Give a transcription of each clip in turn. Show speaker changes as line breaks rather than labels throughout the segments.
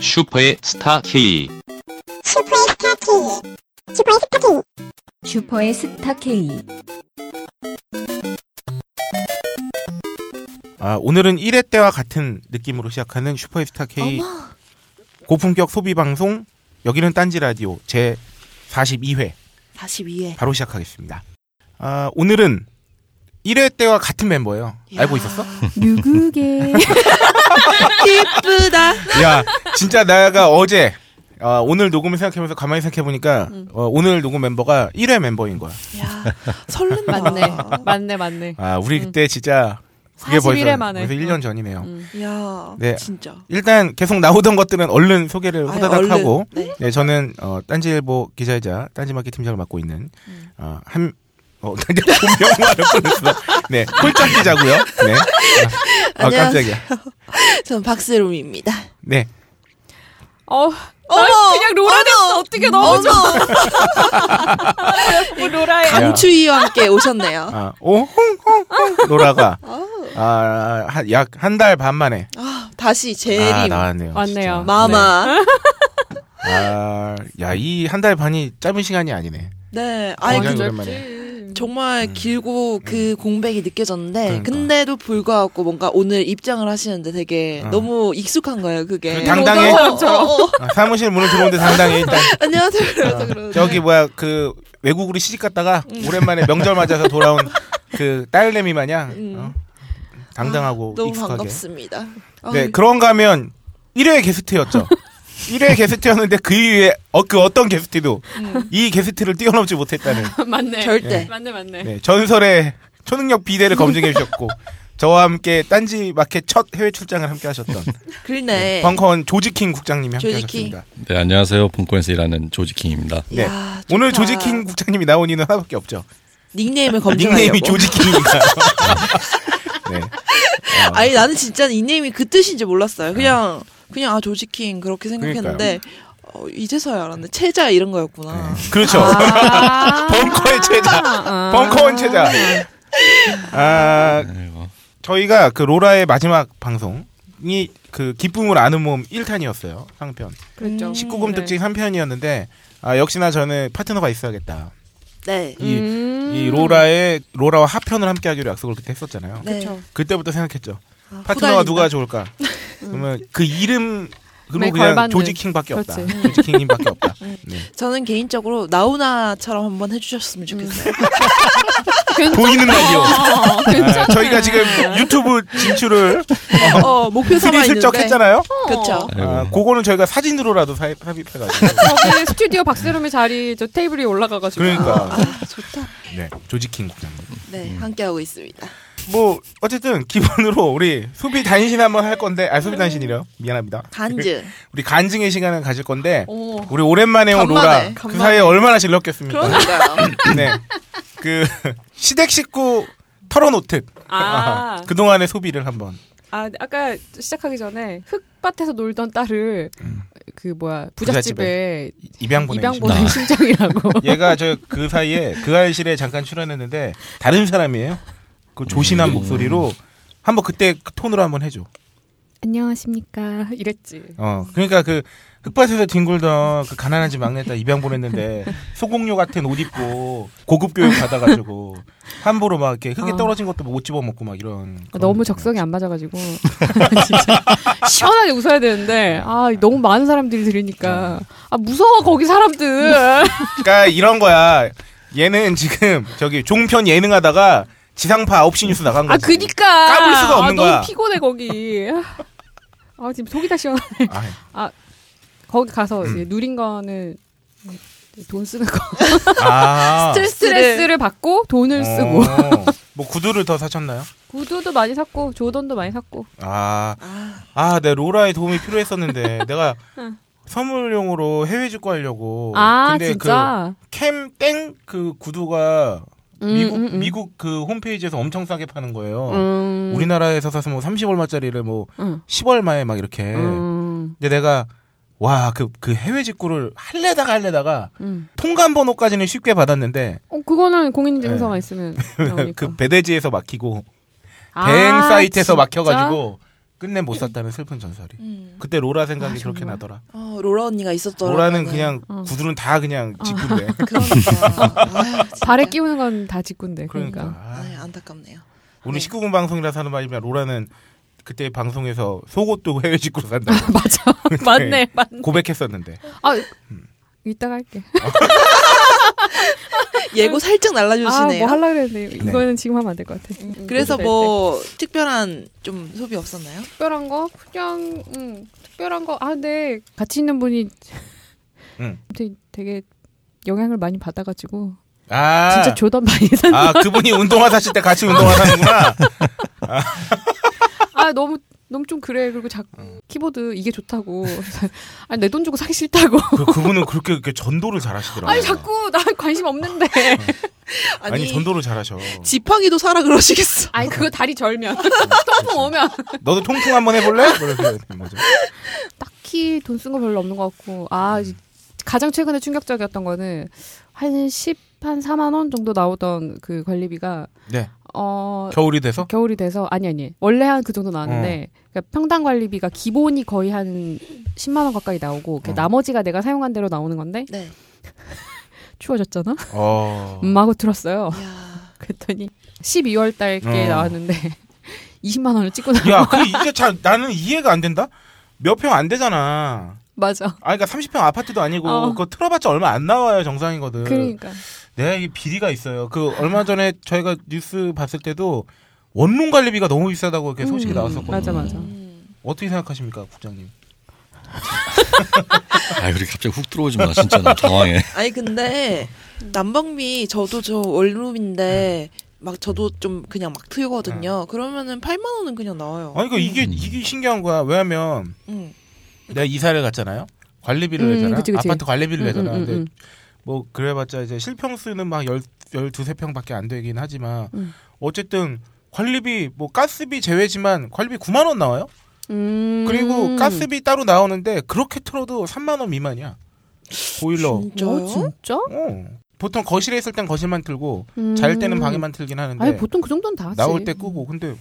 슈퍼의 스타 K.
슈퍼의 스타 K. 슈퍼의 스타 K.
슈퍼의 스타 K.
아, 오늘은 1회 때와 같은 느낌으로 시작하는 슈퍼스타 K
어머,
고품격 소비 방송 여기는 딴지 라디오 제 42회
네.
42회.
바로 시작하겠습니다. 아, 오늘은 1회 때와 같은 멤버예요. 알고 있었어?
누구게?
예쁘다.
야, 진짜 나가 어제 아, 오늘 녹음을 생각하면서 가만히 생각해 보니까
음.
어, 오늘 녹음 멤버가 1회 멤버인 거야.
야, 설렌다.
맞네. 맞네, 맞네.
아, 우리 그때 진짜 그게
41회
벌써
음. 만에.
벌써 1년 전이네요.
음.
야,
네.
진짜.
일단 계속 나오던 것들은 얼른 소개를
아유,
후다닥
얼른.
하고
네.
네, 저는 어, 딴지일보 기자이자 딴지마켓 팀장을 맡고 있는
음.
어, 한 어, 본명만을 뻔했어. 네, 홀짝 기자고요. 네. 아,
안녕하세요.
깜짝이야.
저는 박세롬입니다.
네.
어,
어머,
그냥 로라 됐어. 어떻게 너무 좋아. 뭐 로라야.
강추위와 함께 오셨네요.
아, 오홍홍홍 노라가
어.
아, 약 한 달 반 만에
아, 다시
아,
재림.
나왔네요.
왔네요.
진짜.
마마.
아, 야, 이 한 달 반이 짧은 시간이 아니네.
네. 아니,
굉장히
그,
오랜만에.
정말 길고 그 공백이 느껴졌는데,
그러니까.
근데도 불구하고 뭔가 오늘 입장을 하시는데 되게
어.
너무 익숙한 거예요, 그게.
그 당당해.
어, 어,
그렇죠.
어.
아, 사무실 문을 들어오는데 당당히 일단
안녕하세요. 그래서 그러는데.
어. 저기 뭐야 그 외국으로 시집 갔다가
음.
오랜만에 명절 맞아서 돌아온 그 딸내미 마냥 어, 당당하고
음. 아, 너무
익숙하게.
반갑습니다. 아,
네 그런가 하면 1회 게스트였죠. 1회 게스트였는데 그 이후에 어, 그 어떤 게스트도
음.
이 게스트를 뛰어넘지 못했다는
맞네.
절대.
맞네, 맞네.
네, 전설의 초능력 비대를 검증해 주셨고 저와 함께 딴지 마켓 첫 해외 출장을 함께 하셨던
그러네.
벙커원 조지킹 국장님이 함께
조지킹.
하셨습니다.
네, 안녕하세요. 벙커에서 일하는 조지킹입니다.
네.
야,
오늘
좋다.
조지킹 국장님이 나온 이유는 하나밖에 없죠.
닉네임을 검증하려고.
닉네임이 조지킹이니까. 네. 어.
아니 나는 진짜 닉네임이 그 뜻인지 몰랐어요. 그냥
네.
그냥 아 조지킹 그렇게 생각했는데 어, 이제서야 알았네. 체자 이런 거였구나.
그렇죠.
아.
벙커의 체자.
아.
벙커원 체자. 아,
아이고.
저희가 그 로라의 마지막 방송이 그 기쁨을 아는 몸 1탄이었어요. 상편. 음,
그렇죠.
19금 특집 3편이었는데 아, 역시나 저는 파트너가 있어야겠다.
네.
이,
음.
이 로라의 로라와 하편을 함께 하기로 약속을 그때 했었잖아요.
네.
그때부터 생각했죠.
아,
파트너가
후달린다.
누가 좋을까? 그러면 그 이름
네,
그러면 그냥
걸맞는.
조지킹밖에 없다.
그렇지.
조지킹님밖에 없다. 네.
저는 개인적으로 나훈아처럼 한번 해주셨으면 좋겠어요.
보이는 라디오.
어,
아, 저희가 지금 유튜브 진출을 음.
어, 목표 삼아 있는데.
슬슬쩍 했잖아요.
그렇죠.
아이고.
아, 그거는 저희가 사진으로라도 삽입- 삽입해가지고.
저기 어, 스튜디오 박세롬의 자리 저 테이블이 올라가가지고.
그러니까
아.
아,
좋다.
네 조지킹 국장님. 음.
네, 함께 하고 있습니다.
뭐 어쨌든 기본으로 우리 소비 단신 한번 할 건데 아 소비 단신이래요. 미안합니다.
간즈.
우리 간증의 시간을 가질 건데
오.
우리 오랜만에 온
간만에,
로라 그
간만에.
사이에 얼마나 질렀겠습니까?
그러니까요.
네. 그 시댁 식구 털어놓듯
아.
그 동안의 소비를 한번.
아, 네, 아까 시작하기 전에 흙밭에서 놀던 딸을 그 뭐야 부잣집에
음. 입양 보내.
입양 보낸 심정이라고.
얘가 저 그 사이에 그 알실에 잠깐 출연했는데 다른 사람이에요. 그 조신한 목소리로 한번 그때 그 톤으로 한번 해줘.
안녕하십니까 이랬지.
어 그러니까 그 흙밭에서 뒹굴던 그 가난한 집 막내딸 입양 보냈는데 소공료 같은 옷 입고 고급 교육 받아가지고 함부로 막 이렇게 흙에
어.
떨어진 것도 못 집어 먹고 막 이런. 그런
너무
느낌.
적성이 안 맞아가지고 진짜 시원하게 웃어야 되는데 아 너무 많은 사람들이
어.
들으니까 아 무서워 거기 사람들
그러니까 이런 거야. 얘는 지금 저기 종편 예능하다가 지상파 9시 뉴스 나간
아
거지.
그니까
까불 수가 없는
아,
거야.
너무 피곤해 거기 아 지금 속이 다 시원해
아,
거기 가서
음.
이제 누린 거는 돈 쓰는 거
아.
스트레스를 받고 돈을 쓰고
어, 뭐 구두를 더 사셨나요?
구두도 많이 샀고 조던도 많이 샀고
아, 아, 내 로라의 도움이 필요했었는데 내가
응.
선물용으로 해외 직구 하려고.
아
어. 근데 그
진짜
캠땡 그 구두가
음,
미국
음, 음.
미국 그 홈페이지에서 엄청 싸게 파는 거예요.
음,
우리나라에서 사서 뭐 30얼마짜리를 뭐
응.
10얼마에 막 이렇게.
음,
근데 내가 와 그 그 해외 직구를 할래다가 할래다가
음.
통관 번호까지는 쉽게 받았는데
어, 그거는
네.
공인인증서가 있으면 나오니까.
그 배대지에서 막히고
그러니까. 아,
대행 사이트에서
진짜?
막혀가지고 끝내 못 샀다는 슬픈 전설이.
음.
그때 로라 생각이
아,
그렇게
정말.
나더라.
어, 로라 언니가 있었더라.
로라는 그냥
어.
구두는 다 그냥 직구인데.
그러니까. 아유, 진짜.
발에 끼우는 건 다 직구인데.
그러니까.
그러니까.
아유, 안타깝네요.
우리
네.
19금 방송이라서 하는 말이지만 로라는 그때 방송에서 속옷도 해외 직구로 산다.
맞아. 맞네. 맞.
고백했었는데.
아
음.
이따가 할게.
아, 예고 살짝 날라주시네요.
아뭐 하려 그랬는데
네.
이거는 지금 하면 안 될 것 같아.
그래서
네,
뭐 특별한 좀 소비 없었나요?
특별한 거 그냥 음, 특별한 거. 아 근데 같이 있는 분이
응.
되게, 되게 영향을 많이 받아가지고
아.
진짜 조던 많이 산.
아, 그분이 운동화 사실 때 같이 운동화 사는구나.
아 너무 너무 좀 그래. 그리고 자꾸 키보드 이게 좋다고. 아니 내 돈 주고 사기 싫다고.
그, 그분은 그렇게, 이렇게 전도를 잘 하시더라고요.
아니 자꾸 나 관심 없는데.
아니, 전도를 잘 하셔.
지팡이도 사라 그러시겠어.
아니 그거 다리 절면 통통 오면.
너도 통풍 한번 해볼래? 그래서 뭐죠?
딱히 돈 쓴 거 별로 없는 것 같고 아 이제 가장 최근에 충격적이었던 거는 한 10한 4만 원 정도 나오던 그 관리비가
네.
어
겨울이 돼서?
겨울이 돼서 아니 아니 원래 한 그 정도 나왔는데
어.
그러니까 평당 관리비가 기본이 거의 한 10만 원 가까이 나오고 그
어.
나머지가 내가 사용한 대로 나오는 건데
네.
추워졌잖아
어.
음 하고 들었어요
야.
그랬더니 12월 달께
어.
나왔는데 20만 원을 찍고 나
야, 그 이게 참, 나는 이해가 안 된다? 몇 평 안 되잖아.
맞아
아, 그러니까 30평 아파트도 아니고,
어.
그거 틀어봤자 얼마 안 나와요, 정상이거든.
그러니까
네, 이게 비리가 있어요. 그 얼마 전에 저희가 뉴스 봤을 때도 원룸 관리비가 너무 비싸다고 이렇게 소식이
음,
나왔었거든요.
맞아 맞아
음.
어떻게 생각하십니까, 국장님?
아, 그렇게 갑자기 훅 들어오지 마. 진짜 나 당황해.
아니 근데 난방비 저도 저 월룸인데 막 저도 좀 그냥 막 트거든요. 그러면은 8만 원은 그냥 나와요.
네.
어.
아니 그 이게
음.
이게 신기한 거야. 왜냐면
음.
내가 이사를 갔잖아요. 관리비를
음,
내잖아.
그치, 그치.
아파트 관리비를
음,
내잖아.
음, 음,
근데
음.
뭐 그래봤자 이제 실평수는 막 열, 열두세 평밖에 안 되긴 하지만
음.
어쨌든 관리비 뭐 가스비 제외지만 관리비 9만 원 나와요.
음.
그리고 가스비 따로 나오는데 그렇게 틀어도 3만 원 미만이야. 보일러.
어,
진짜요?
진짜?
어. 보통 거실에 있을 땐 거실만 틀고 잘 때는 방에만 틀긴 하는데
음. 아니 보통 음. 그 정도는 다 하지.
나올 때 끄고 근데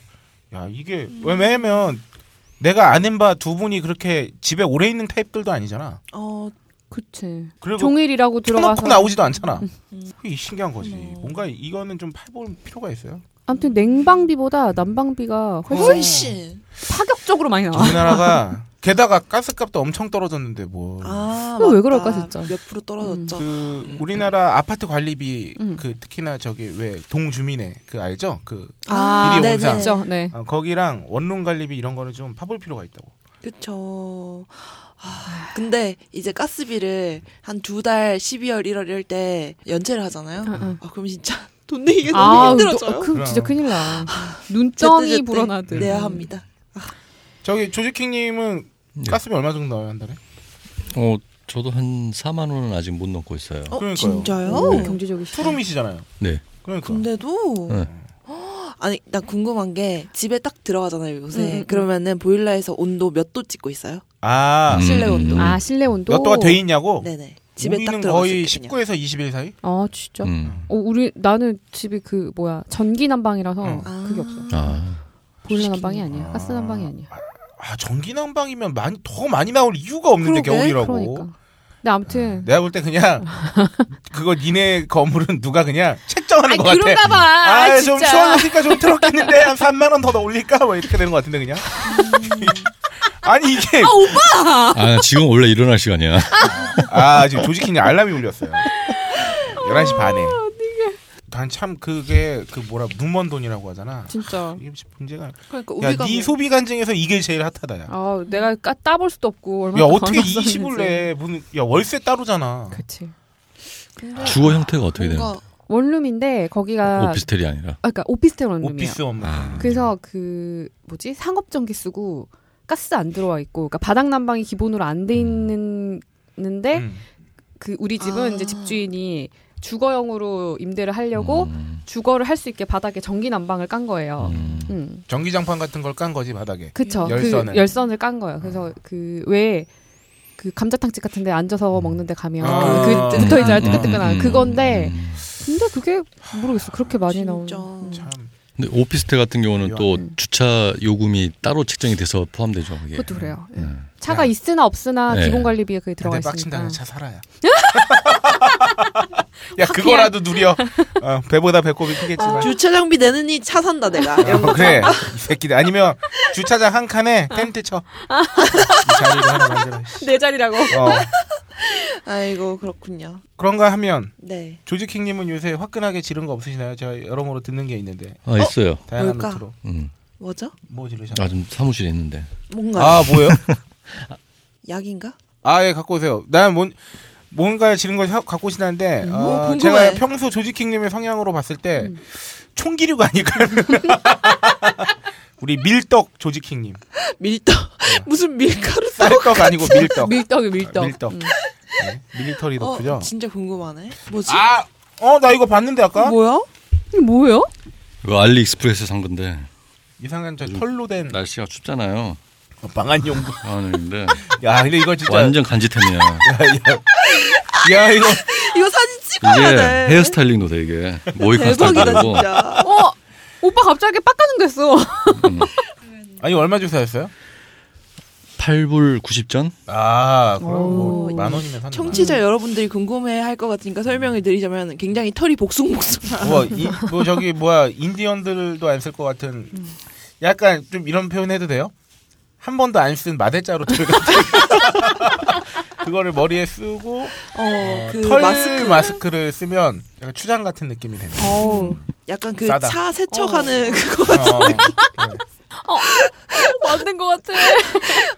야 이게 왜냐면 내가 아는 바 두 분이 그렇게 집에 오래 있는 타입들도 아니잖아.
어,
그치.
그리고
종일이라고 들어가서.
켜놓고 나오지도 않잖아.
음.
그게 신기한 거지.
어머.
뭔가 이거는 좀 파볼 필요가 있어요.
아무튼 냉방비보다 난방비가
어.
훨씬
훨씬.
파격적으로 많이
어.
나와.
우리나라가 게다가 가스값도 엄청 떨어졌는데 뭐.
아, 음.
그거 왜
맞다.
그럴까, 진짜.
몇 프로 떨어졌죠.
그 우리나라 아파트 관리비
음.
그 특히나 저기 왜 동주민의 그 알죠? 그
아,
비리
네네.
온상.
그렇죠. 네.
어, 거기랑 원룸 관리비 이런 거는 좀 파볼 필요가 있다고.
그쵸. 아, 근데 이제 가스비를 한 두 달 12월 1월 이럴 때 연체를 하잖아요.
응.
아, 그럼 진짜 돈 내기가 너무
어. 아,
힘들어져요.
너, 그 진짜
그럼.
큰일 나.
제때
눈점이
제때
불어나듯.
내야 합니다.
저기 조지킹님은
네.
가스비 얼마 정도 나와요 한 달에?
어, 저도 한 4만 원은 아직 못 넣고 있어요.
어,
그러니까요.
진짜요?
오, 음. 경제적이시다.
투룸이시잖아요.
네.
그러니까.
근데도
네.
허, 아니 나 궁금한 게 집에 딱 들어가잖아요 요새
음, 음.
그러면은 보일러에서 온도 몇 도 찍고 있어요?
아,
음.
실내 온도.
아, 실내 온도.
몇 도가 돼 있냐고?
네네 집에 딱
우리는
들어갔을
어, 거의
때는요.
19에서 21 사이?
아, 진짜.
음.
어, 우리 나는 집이 그 뭐야 전기 난방이라서
응.
그게 없어.
아,
보일러 난방이 아니야.
아.
가스 난방이 아니야.
아 전기 난방이면 많이 더 많이 나올 이유가 없는데
그러게,
겨울이라고. 음.
그러니까. 근데 아무튼.
내가 볼 때 그냥 그거 니네 건물은 누가 그냥 책정하는
아니
것 같아.
그런가 봐.
아,
아,
좀
진짜.
시원하니까 좀 틀었겠는데 한 3만 원 더 올릴까? 뭐 이렇게 되는 것 같은데 그냥. 아니 이게
아, 지금 원래 일어날 시간이야.
아 지금 조지킹이 알람이 울렸어요. 11시
아,
반에. 난 참 그게 그 뭐라 눈먼 돈이라고 하잖아.
진짜.
이게 진짜 문제가.
그러니까
야,
우리가
네
뭐-
소비 관증에서 이게 제일 핫하다야.
아, 내가 까, 따볼 수도 없고 얼마나
야 어떻게
더 안
20을 내? 무슨 야 월세 따로잖아.
그렇지.
근데
주거 형태가 어떻게 되는 거야?
뭔가
원룸인데 거기가
오피스텔이 아니라.
아, 그러니까 오피스텔 원룸이야.
어, 오피스 업무.
아.
그래서 그 뭐지 상업 전기 쓰고 가스 안 들어와 있고, 그러니까 바닥 난방이 기본으로 안 돼 있는데
음.
그 우리 집은
아.
이제 집주인이 주거용으로 임대를 하려고
음,
주거를 할 수 있게 바닥에 전기 난방을 깐 거예요.
음.
음.
전기장판 같은 걸 깐 거지 바닥에.
그쵸.
열선을. 아.
그 열선을 깐 거예요. 그래서 그 왜 그 감자탕집 같은데 앉아서 먹는데 가면
아.
그 붙어 있잖아요.
음.
뜨끈뜨끈한 그건데
음.
근데 그게 모르겠어. 그렇게 많이
진짜
나오는.
참
근데 오피스텔 같은 경우는 또
음.
주차 요금이 따로 책정이 돼서 포함되죠. 그게.
그것도 그래요. 예.
음.
차가 있으나 없으나
네.
기본 관리비에 그게 들어가
다들
있으니까.
아, 빡친다는 차 살아야. 야 그거라도 누려. 어, 배보다 배꼽이 크겠지만.
어.
주차장비 내느니 차 산다 내가.
어, 그래 이 새끼들 아니면 주차장 한 칸에 텐트 쳐.
아.
이 자리를 하나 만들어. 씨.
내 자리라고.
어,
아이고 그렇군요.
그런가 하면
네.
조지킹님은 요새 화끈하게 지른 거 없으시나요? 제가 여러모로 듣는 게 있는데
아 있어요.
다양한
뭘까?
루트로
음.
뭐죠?
뭐 지르셨나요?
아좀 사무실에 있는데.
뭔가
아 뭐요?
약인가?
아 예 갖고 오세요. 난 뭔 뭔가 지른 걸 하- 갖고 오시는데 어,
음, 궁금해. 음.
제가 평소 조지킹님의 성향으로 봤을 때 총기류가 아닐까. 우리 밀떡 조지킹님
어, 밀떡 무슨 밀가루
쌀떡 아니고 밀떡
밀떡이 밀떡.
밀떡.
음.
네, 밀리터리
어,
덕후죠.
진짜 궁금하네. 뭐지?
아, 어, 나 이거 봤는데 아까
뭐야?
이게 뭐예요?
이거 그 알리익스프레스 산 건데
이상한
음.
저 털로 된
날씨가 춥잖아요.
어, 방한 용구.
아, 네, 근데
야, 근데 이거 진짜
완전 간지템이야.
야, 야, 이거
이거 사진 찍어야
이게
돼.
헤어스타일링도 돼 이게 모이카
아, 네. 대박이다
스타일이고.
진짜.
어 오빠 갑자기 빡가는 됐어.
아니 얼마 주사였어요?
8불 90전?
아, 그럼
오.
뭐만 원이면 산다.
청취자 여러분들이 궁금해할 것 같으니까 설명을 드리자면 굉장히 털이 복숭복숭한
뭐, 이, 뭐 저기 뭐야 인디언들도 안 쓸 것 같은 약간 좀 이런 표현 해도 돼요? 한 번도 안 쓴 마대자루 들어갔다. 그거를 머리에 쓰고 어,
어그
털
마스크
마스크를 쓰면 약간 추장 같은 느낌이 됩니다.
어우.
약간
싸다.
그 차뭐 세척하는 그거
어, 네.
만든 것 같아.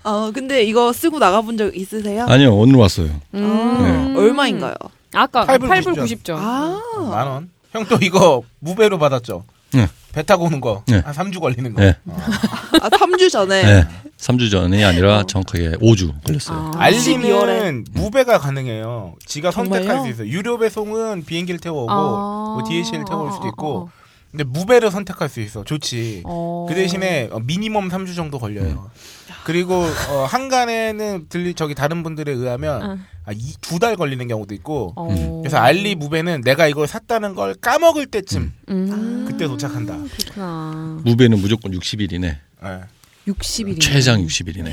어 근데 이거 쓰고 나가본 적 있으세요?
아니요 오늘 왔어요.
음.
아,
네.
얼마인가요?
아까
네. 8불
8불
90
90점.
아
만 원. 형 또 이거 무배로 받았죠?
네.
배 타고 오는 거.
네.
한 3주 걸리는 거.
네.
어.
아, 3주 전에
네. 3주 전이 아니라 정확하게 5주 걸렸어요.
아.
알리는 무배가 가능해요. 지가 선택할
정말요?
수 있어요. 유료 배송은 비행기를 태워오고
아.
뭐 DHL 태워올 수도
아,
있고.
아,
근데 무배를 선택할 수 있어. 좋지.
어.
그 대신에 어, 미니멈 3주 정도 걸려요. 그리고 어, 한간에는 들리 저기 다른 분들에 의하면 아, 두 달 걸리는 경우도 있고.
어.
음, 그래서 알리 무배는 내가 이걸 샀다는 걸 까먹을 때쯤
아,
음.
그때 도착한다.
그렇구나.
무배는 무조건 60일이네.
예.
60일이.
최장 60일이네.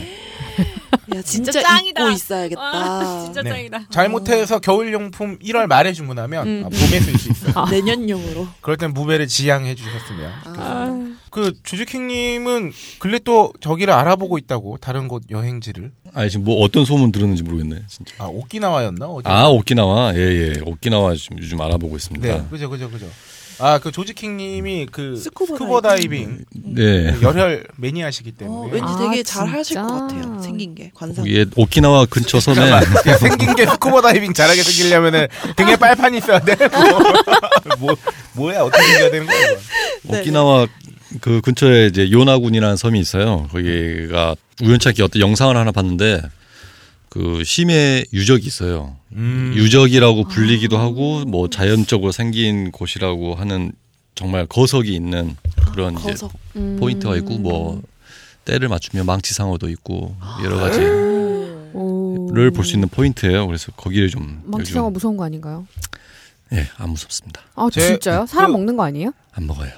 야 진짜,
진짜 짱이다.
입고 있어야겠다
네. 잘못해서 겨울용품 1월 말에 주문하면
음,
아, 봄에 쓸 수 있어요.
내년용으로
그럴 땐 무배를 지양해 주셨으면.
아.
그 주주킹님은 근래 또 저기를 알아보고 있다고 다른 곳 여행지를.
아니 지금 뭐 어떤 소문 들었는지 모르겠네. 진짜.
아 오키나와였나? 어디?
아 오키나와 예예 오키나와 지금 요즘 알아보고 있습니다.
네, 그죠, 그죠, 그죠. 아 그 조지킹님이 그
스쿠버
스쿠버 다이빙 그
네.
열혈 매니아시기
어,
때문에.
왠지
아,
되게 잘 하실
진짜?
것 같아요 생긴 게 관상
거기에 예, 오키나와 근처 섬에
야, 아, 생긴 게 스쿠버 다이빙 잘하게 생기려면은 등에 빨판이 있어야 돼. 뭐, 뭐, 야 어떻게 생겨야 되는 거야? 이건.
네,
오키나와 그 근처에 이제 요나군이라는 섬이 있어요. 거기가 우연찮게 어떤 영상을 하나 봤는데 그 심해 유적이 있어요.
음.
유적이라고 불리기도
아.
하고 뭐 자연적으로 생긴 곳이라고 하는 정말 거석이 있는 그런 이제
거석
음.
포인트가 있고 뭐 때를 맞추면 망치상어도 있고
아.
여러 가지를 볼 수 있는 포인트예요. 그래서 거기를 좀
망치상어 뭐
요즘-
무서운 거 아닌가요?
예, 안 무섭습니다.
아
제-
진짜요? 사람
그-
먹는 거 아니에요?
안 먹어요.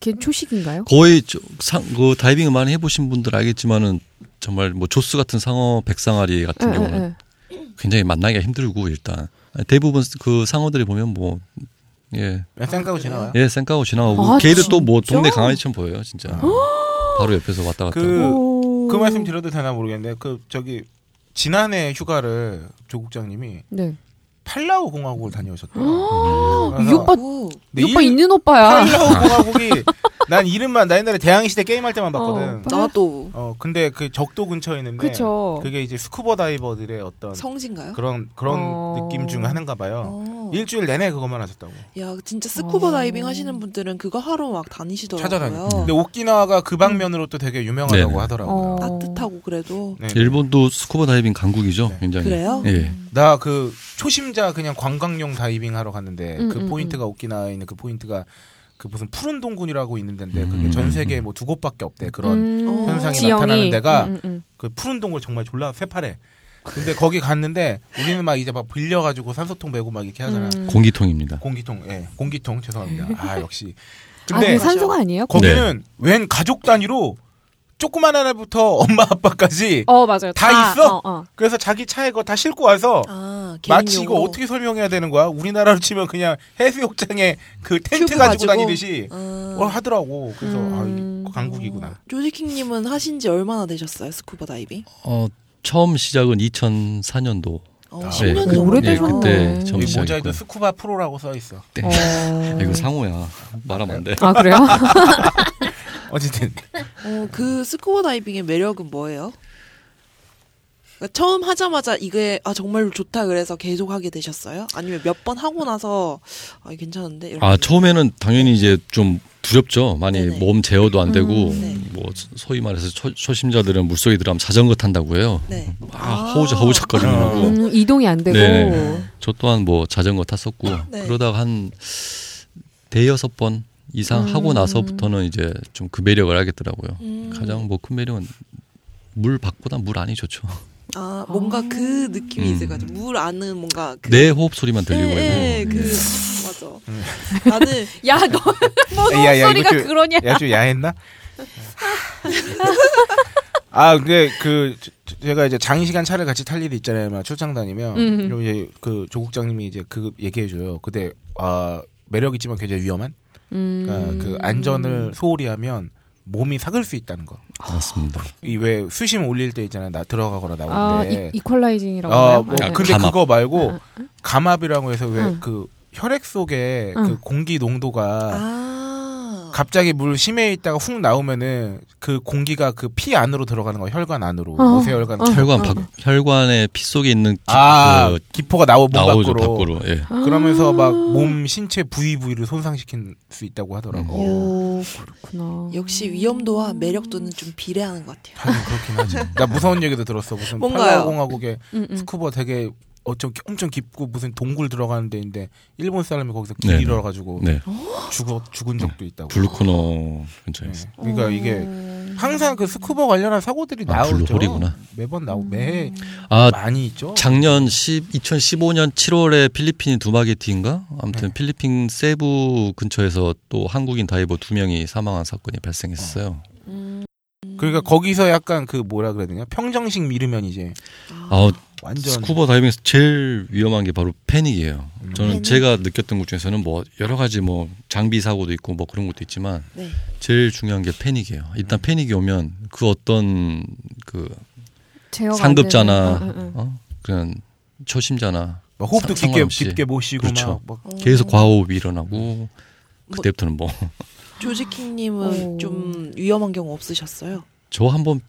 걔 초식인가요?
거의 저- 상, 그 다이빙을 많이 해보신 분들 알겠지만은 정말 뭐 조스 같은 상어 백상아리 같은
예,
경우는
예,
굉장히 만나기가 힘들고 일단 대부분 그 상어들이 보면 뭐 예,
그냥 쌩까고 지나가요.
예, 쌩까고 지나가고
아,
걔들 또 뭐
진짜?
동네 강아지처럼 보여요, 진짜. 바로 옆에서 왔다 갔다.
그-
예.
하고.
오.
그 말씀 드려도 되나 모르겠는데 그 저기 지난해 휴가를 조국장님이
네.
팔라우 공화국을 다녀오셨대요.
이 오빠
오,
근데
이 오빠
일-
어? 있는 오빠야.
팔라우 공화국이 난 이름만 나 옛날에 대항해 시대 게임 할 때만 봤거든. 어,
나도
근데 그 적도 근처에 있는데
뭐. 그쵸.
그게 이제 스쿠버 다이버들의 어떤
성신가요?
그런 그런
어.
느낌 중 하나인가 봐요.
어.
일주일 내내 그것만 하셨다고.
야 진짜 스쿠버
어.
다이빙 하시는 분들은 그거 하러 막 다니시더라고요.
찾아다니고. 근데 오키나와가 그 방면으로 또 되게 유명하다고
네네.
하더라고요.
어.
따뜻하고 그래도
네.
일본도 스쿠버 다이빙 강국이죠,
네.
굉장히.
그래요?
예.
음.
나 그 초심자 그냥 관광용 다이빙 하러 갔는데
음,
그
음,
포인트가 오키나와에 있는 그 포인트가 그 무슨 푸른 동굴이라고 있는 데인데 그게
음.
전 세계에 뭐 두 곳밖에 없대. 그런
음,
현상이
지형이.
나타나는 데가
음, 음,
그 푸른 동굴 정말 졸라 새파래. 근데 거기 갔는데 우리는 막 이제 막 빌려 가지고 산소통 메고 막 이렇게
음.
하잖아.
음.
공기통입니다.
공기통. 예. 공기통 죄송합니다. 아, 역시
아,
근데
그 산소가 아니에요?
거기는 웬 가족 단위로 조그만 하나부터 엄마 아빠까지
어 맞아요.
다 있어?
어, 어.
그래서 자기 차에 그거 다 싣고 와서
아,
마치
개인
이거
용어.
어떻게 설명해야 되는 거야? 우리나라로 치면 그냥 해수욕장에 그 텐트
큐브
가지고
가지고?
다니듯이
아.
뭘 하더라고. 그래서
음.
아, 강국이구나.
조지킹님은 하신 지 얼마나 되셨어요? 스쿠버 다이빙?
어, 처음 시작은 2004년도. 예,
어,
아,
10년
네,
전.
오래되셨네.
그때 처음
여기 모자에도
시작했고.
스쿠바 프로라고 써 있어.
어.
이거 상호야. 말하면 안 돼.
아 그래요?
어쨌든
어, 그 스쿠버 다이빙의 매력은 뭐예요? 그러니까 처음 하자마자 이게 아 정말 좋다 그래서 계속 하게 되셨어요? 아니면 몇 번 하고 나서 아 괜찮은데 이렇게
아 처음에는 당연히 이제 좀 두렵죠. 많이
네네.
몸 제어도 안 되고
네.
뭐 소위 말해서 초, 초심자들은 물속에 들어가면 자전거 탄다고 해요.
네.
막 허우적 허우적거리고
아.
음, 이동이 안 되고.
네. 저 또한 뭐 자전거 탔었고
네.
그러다가 한 대여섯 번 이상 하고 나서부터는 이제 좀 그 매력을 알겠더라고요.
음.
가장 뭐 큰 매력은 물 밖보다 물 안이 좋죠.
아 뭔가 그 느낌이 있을 것 같아요. 물 아는 뭔가 그
내 호흡 소리만 음. 들리고 네, 음.
예, 예,
있고
그 맞아. 나는
야너
뭐
야, 야, 이거
소리가
좀-
그러냐?
야 좀 야했나? 아 근데 그 저- 저- 제가 이제 장시간 차를 같이 탈 일이 있잖아요. 막 출장 다니면
음.
그럼 이제 그 조국장님이 이제 그 얘기해 줘요. 근데 아 매력 있지만 굉장히 위험한
음.
그러니까 그 안전을 소홀히 하면 몸이 삭을 수 있다는 거.
맞습니다.
이 왜 수심 올릴 때 있잖아요. 나 들어가거나
아
나오는데.
이, 이퀄라이징이라고
아,
하나요?
뭐,
아,
근데
감압.
그거 말고
아,
감압이라고 해서
응.
왜 그 혈액 속에
응.
그 공기 농도가
아
갑자기 물 심해 있다가 훅 나오면은 그 공기가 그 피 안으로 들어가는 거야 혈관 안으로
어.
모세혈관
아,
어.
혈관 밖 혈관의 피 속에 있는 기,
아
그
기포가 나오 몸
나오죠
밖으로.
밖으로. 예.
아.
그러면서 막 몸 신체 부위 부위를 손상시킬 수 있다고 하더라고 어.
오 어, 그렇구나.
역시 위험도와 매력도는 좀 비례하는 것 같아요.
하긴 그렇긴 하지 나 무서운 얘기도 들었어 무슨
뭔가요?
팔라공화국에
음, 음.
스쿠버 되게 어쩜 엄청 깊고 무슨 동굴 들어가는 데인데 일본 사람이 거기서 길
네네.
잃어가지고
네.
죽어 죽은 적도 있다고
블루코너 근처에 있어요.
네. 그러니까 이게
음,
항상 그 스쿠버 관련한 사고들이
아,
나오죠.
블루홀이구나.
매번
음.
나오 매해
아
많이 있죠.
작년 10, 2015년 7월에 필리핀 두마게티인가 아무튼
네.
필리핀 세부 근처에서 또 한국인 다이버 두 명이 사망한 사건이 발생했어요.
그러니까 거기서 약간 그 뭐라 그래야 되냐 평정식 미르면 이제
아
완전
스쿠버 다이빙에서 제일 위험한 게 바로 패닉이에요.
음.
저는
패닉.
제가 느꼈던 것 중에서는 뭐 여러 가지 뭐 장비 사고도 있고 뭐 그런 것도 있지만
네.
제일 중요한 게 패닉이에요.
음.
일단 패닉이 오면 그 어떤 그
제어가
상급자나
안 되는- 응, 응, 응.
어? 그냥 초심자나
막 호흡도
상-
깊게
상관없이.
깊게 모시고
그렇죠.
막, 막
계속 과호흡이 일어나고 그때부터는 뭐
조지킹님은
오.
좀 위험한 경우 없으셨어요?
저 한 번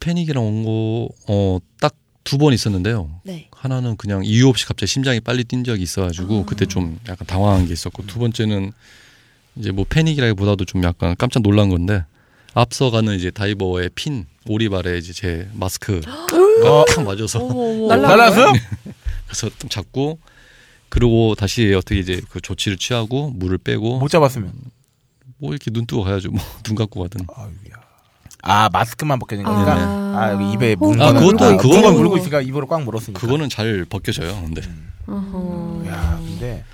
패닉이랑 온거어딱 두 번 있었는데요.
네.
하나는 그냥 이유 없이 갑자기 심장이 빨리 뛴 적이 있어가지고 그때 좀 약간 당황한 게 있었고 두 번째는 이제 뭐 패닉이라기보다도 좀 약간 깜짝 놀란 건데 앞서가는 이제 다이버의 핀 오리발에 이제 제 마스크가 탁 맞아서
날라-
달라서
네.
그래서 좀 잡고 그러고 다시 어떻게 이제 그 조치를 취하고 물을 빼고
못 잡았으면
뭐 이렇게 눈 뜨고 가야죠 뭐 눈 감고 가든
아유야. 아 마스크만 벗겨진 거니까
아.
아, 여기 입에 물은
아,
거는-
그것도- 그거는-
물건 물고 있으니까 입으로 꽉 물었으니까 음.
그거는 잘 벗겨져요. 근데
어허.
야 근데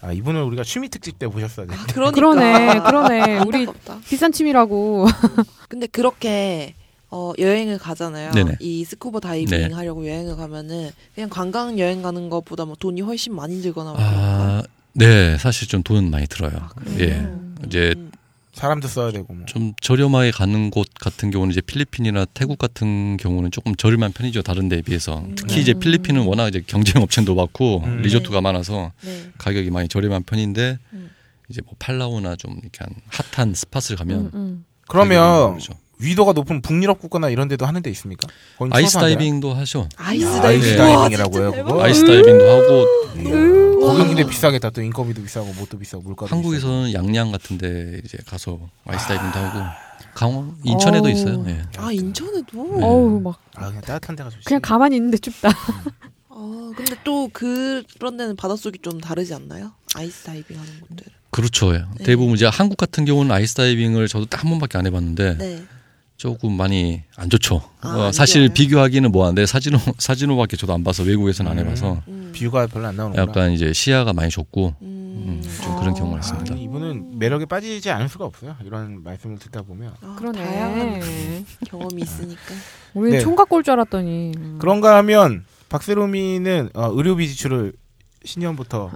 아 이분을 우리가 취미 특집 때 보셨어야 돼.
아, 그러니까.
그러네, 그러네. 우리
안타깝다.
비싼 취미라고.
네.
근데 그렇게 어, 여행을 가잖아요.
네네.
이 스쿠버 다이빙
네.
하려고 여행을 가면은 그냥 관광 여행 가는 것보다 뭐 돈이 훨씬 많이 들거나 뭐 그럴까요?
아, 네, 사실 좀 돈 많이
아,
들어요. 예. 이제
음.
사람도 써야 되고 뭐.
좀 저렴하게 가는 곳 같은 경우는 이제 필리핀이나 태국 같은 경우는 조금 저렴한 편이죠. 다른 데에 비해서. 특히
네.
이제 필리핀은 워낙 이제 경쟁 업체도 많고
음.
리조트가 많아서
네.
가격이 많이 저렴한 편인데
음.
이제 뭐 팔라우나 좀 이렇게 한 핫한 스팟을 가면
음, 음.
그러면
가격이 오르죠.
위도가 높은 북유럽 국가나 이런 데도 하는 데 있습니까? 거긴
아이스
추워서 안 되나? 어.
다이빙도 하죠.
아이스
아,
다이빙.
아이스
네.
다이빙이라고 해요. 그거?
아이스 다이빙도 하고
거긴 근데 비싸겠다. 또 인건비도 비싸고 뭣도 비싸고 물가도 비싸고.
한국에서는 양양 같은 데 이제 가서 아이스 다이빙도 하고 강원 인천에도
어우.
있어요. 예.
아 인천에도.
네.
어우 막
아 그냥 따뜻한 데가 좋지.
그냥 가만히 있는데 춥다.
아 근데 또 그런 데는 바닷속이 좀 다르지 않나요? 아이스 다이빙 하는 곳들.
그렇죠. 예.
네.
대부분 이제 한국 같은 경우는 아이스 다이빙을 저도 딱 한 번밖에 안 해봤는데
네.
조금 많이 안 좋죠.
아,
어,
안
사실
좋아요?
비교하기는 뭐한데 사진호 사진호밖에 저도 안 봐서 외국에서는 안 해봐서
음.
비유가 별로 안 나오는 구나
약간 이제 시야가 많이 좁고
음.
음, 좀 그런 경험을
아,
했습니다.
이분은 매력에 빠지지 않을 수가 없어요. 이런 말씀을 듣다 보면
아,
그러네.
다양한 경험이 있으니까.
우리
네.
는 총각 꼴줄 알았더니. 음.
그런가 하면 박세롬이는 어, 의료비 지출을 신년부터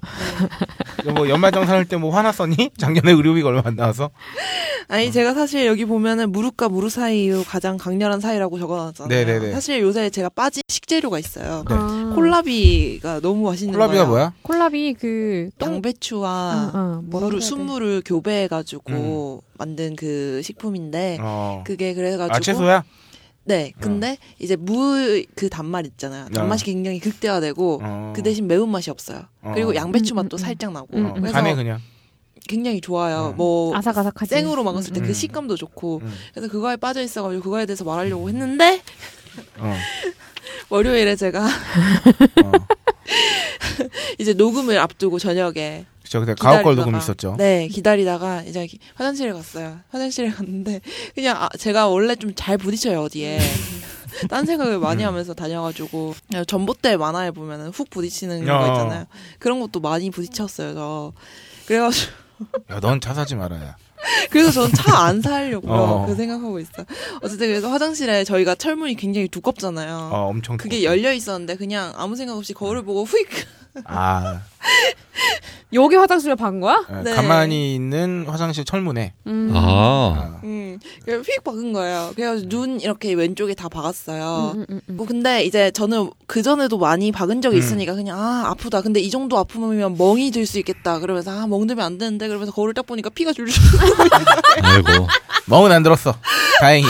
뭐 연말정산할 때 뭐 화났었니? 작년에 의료비가 얼마 안 나와서 어.
아니 제가 사실 여기 보면은 무릎과 무릎 사이로 가장 강렬한 사이라고 적어놨잖아요.
네네네.
사실 요새 제가 빠진 식재료가 있어요. 음.
네.
아.
콜라비가 너무 맛있는
콜라비가
거예요.
뭐야?
콜라비 그 똥.
양배추와
어, 어, 뭐라고
무를
해야 돼?
순물을 교배해가지고 만든 그 식품인데
음. 어.
그게 그래가지고
아 채소야? 어.
네 근데 이제 무 그 단맛 있잖아요 단맛이 굉장히 극대화되고
어.
그 대신 매운 맛이 없어요
어.
그리고 양배추
음,
맛도
음,
살짝 나고
음,
어,
그래서
간에 그냥
굉장히 좋아요
음.
뭐
아삭아삭하지.
생으로 먹었을 때 그
음.
식감도 좋고
음.
그래서 그거에 빠져 있어가지고 그거에 대해서 말하려고 했는데
어.
월요일에 제가
어.
이제 녹음을 앞두고 저녁에
그쵸 그때
기다리다가-
네, 가옥걸 녹음 있었죠.
네, 기다리다가 이제 기- 화장실에 갔어요. 화장실에 갔는데 그냥 아, 제가 원래 좀 잘 부딪혀요 어디에. 딴 생각을 많이
음.
하면서 다녀가지고 그냥 전봇대 만화에 보면은 훅 부딪히는
어.
거 있잖아요. 그런 것도 많이 부딪혔어요 저. 그래가지고
야 넌 차 사지 말아야.
그래서 저는 차 안 사려고
어.
그 생각하고 있어요. 어쨌든 그래서 화장실에 저희가 철문이 굉장히 두껍잖아요.
어 엄청
그게
두껍고.
열려 있었는데 그냥 아무 생각 없이 거울을 보고 휙
아
음. 여기 화장실을 반 거야?
어,
네.
가만히 있는 화장실 철문에.
음.
아,
아.
음, 그래서 휙 박은 거예요. 그래서
음.
눈 이렇게 왼쪽에 다 박았어요.
음, 음, 음.
뭐 근데 이제 저는 그 전에도 많이 박은 적이
음.
있으니까 그냥 아 아프다. 근데 이 정도 아프면 멍이 들 수 있겠다. 그러면서 아 멍들면 안 되는데 그러면서 거울을 딱 보니까 피가 줄줄.
아이고.
멍은 안 들었어. 다행히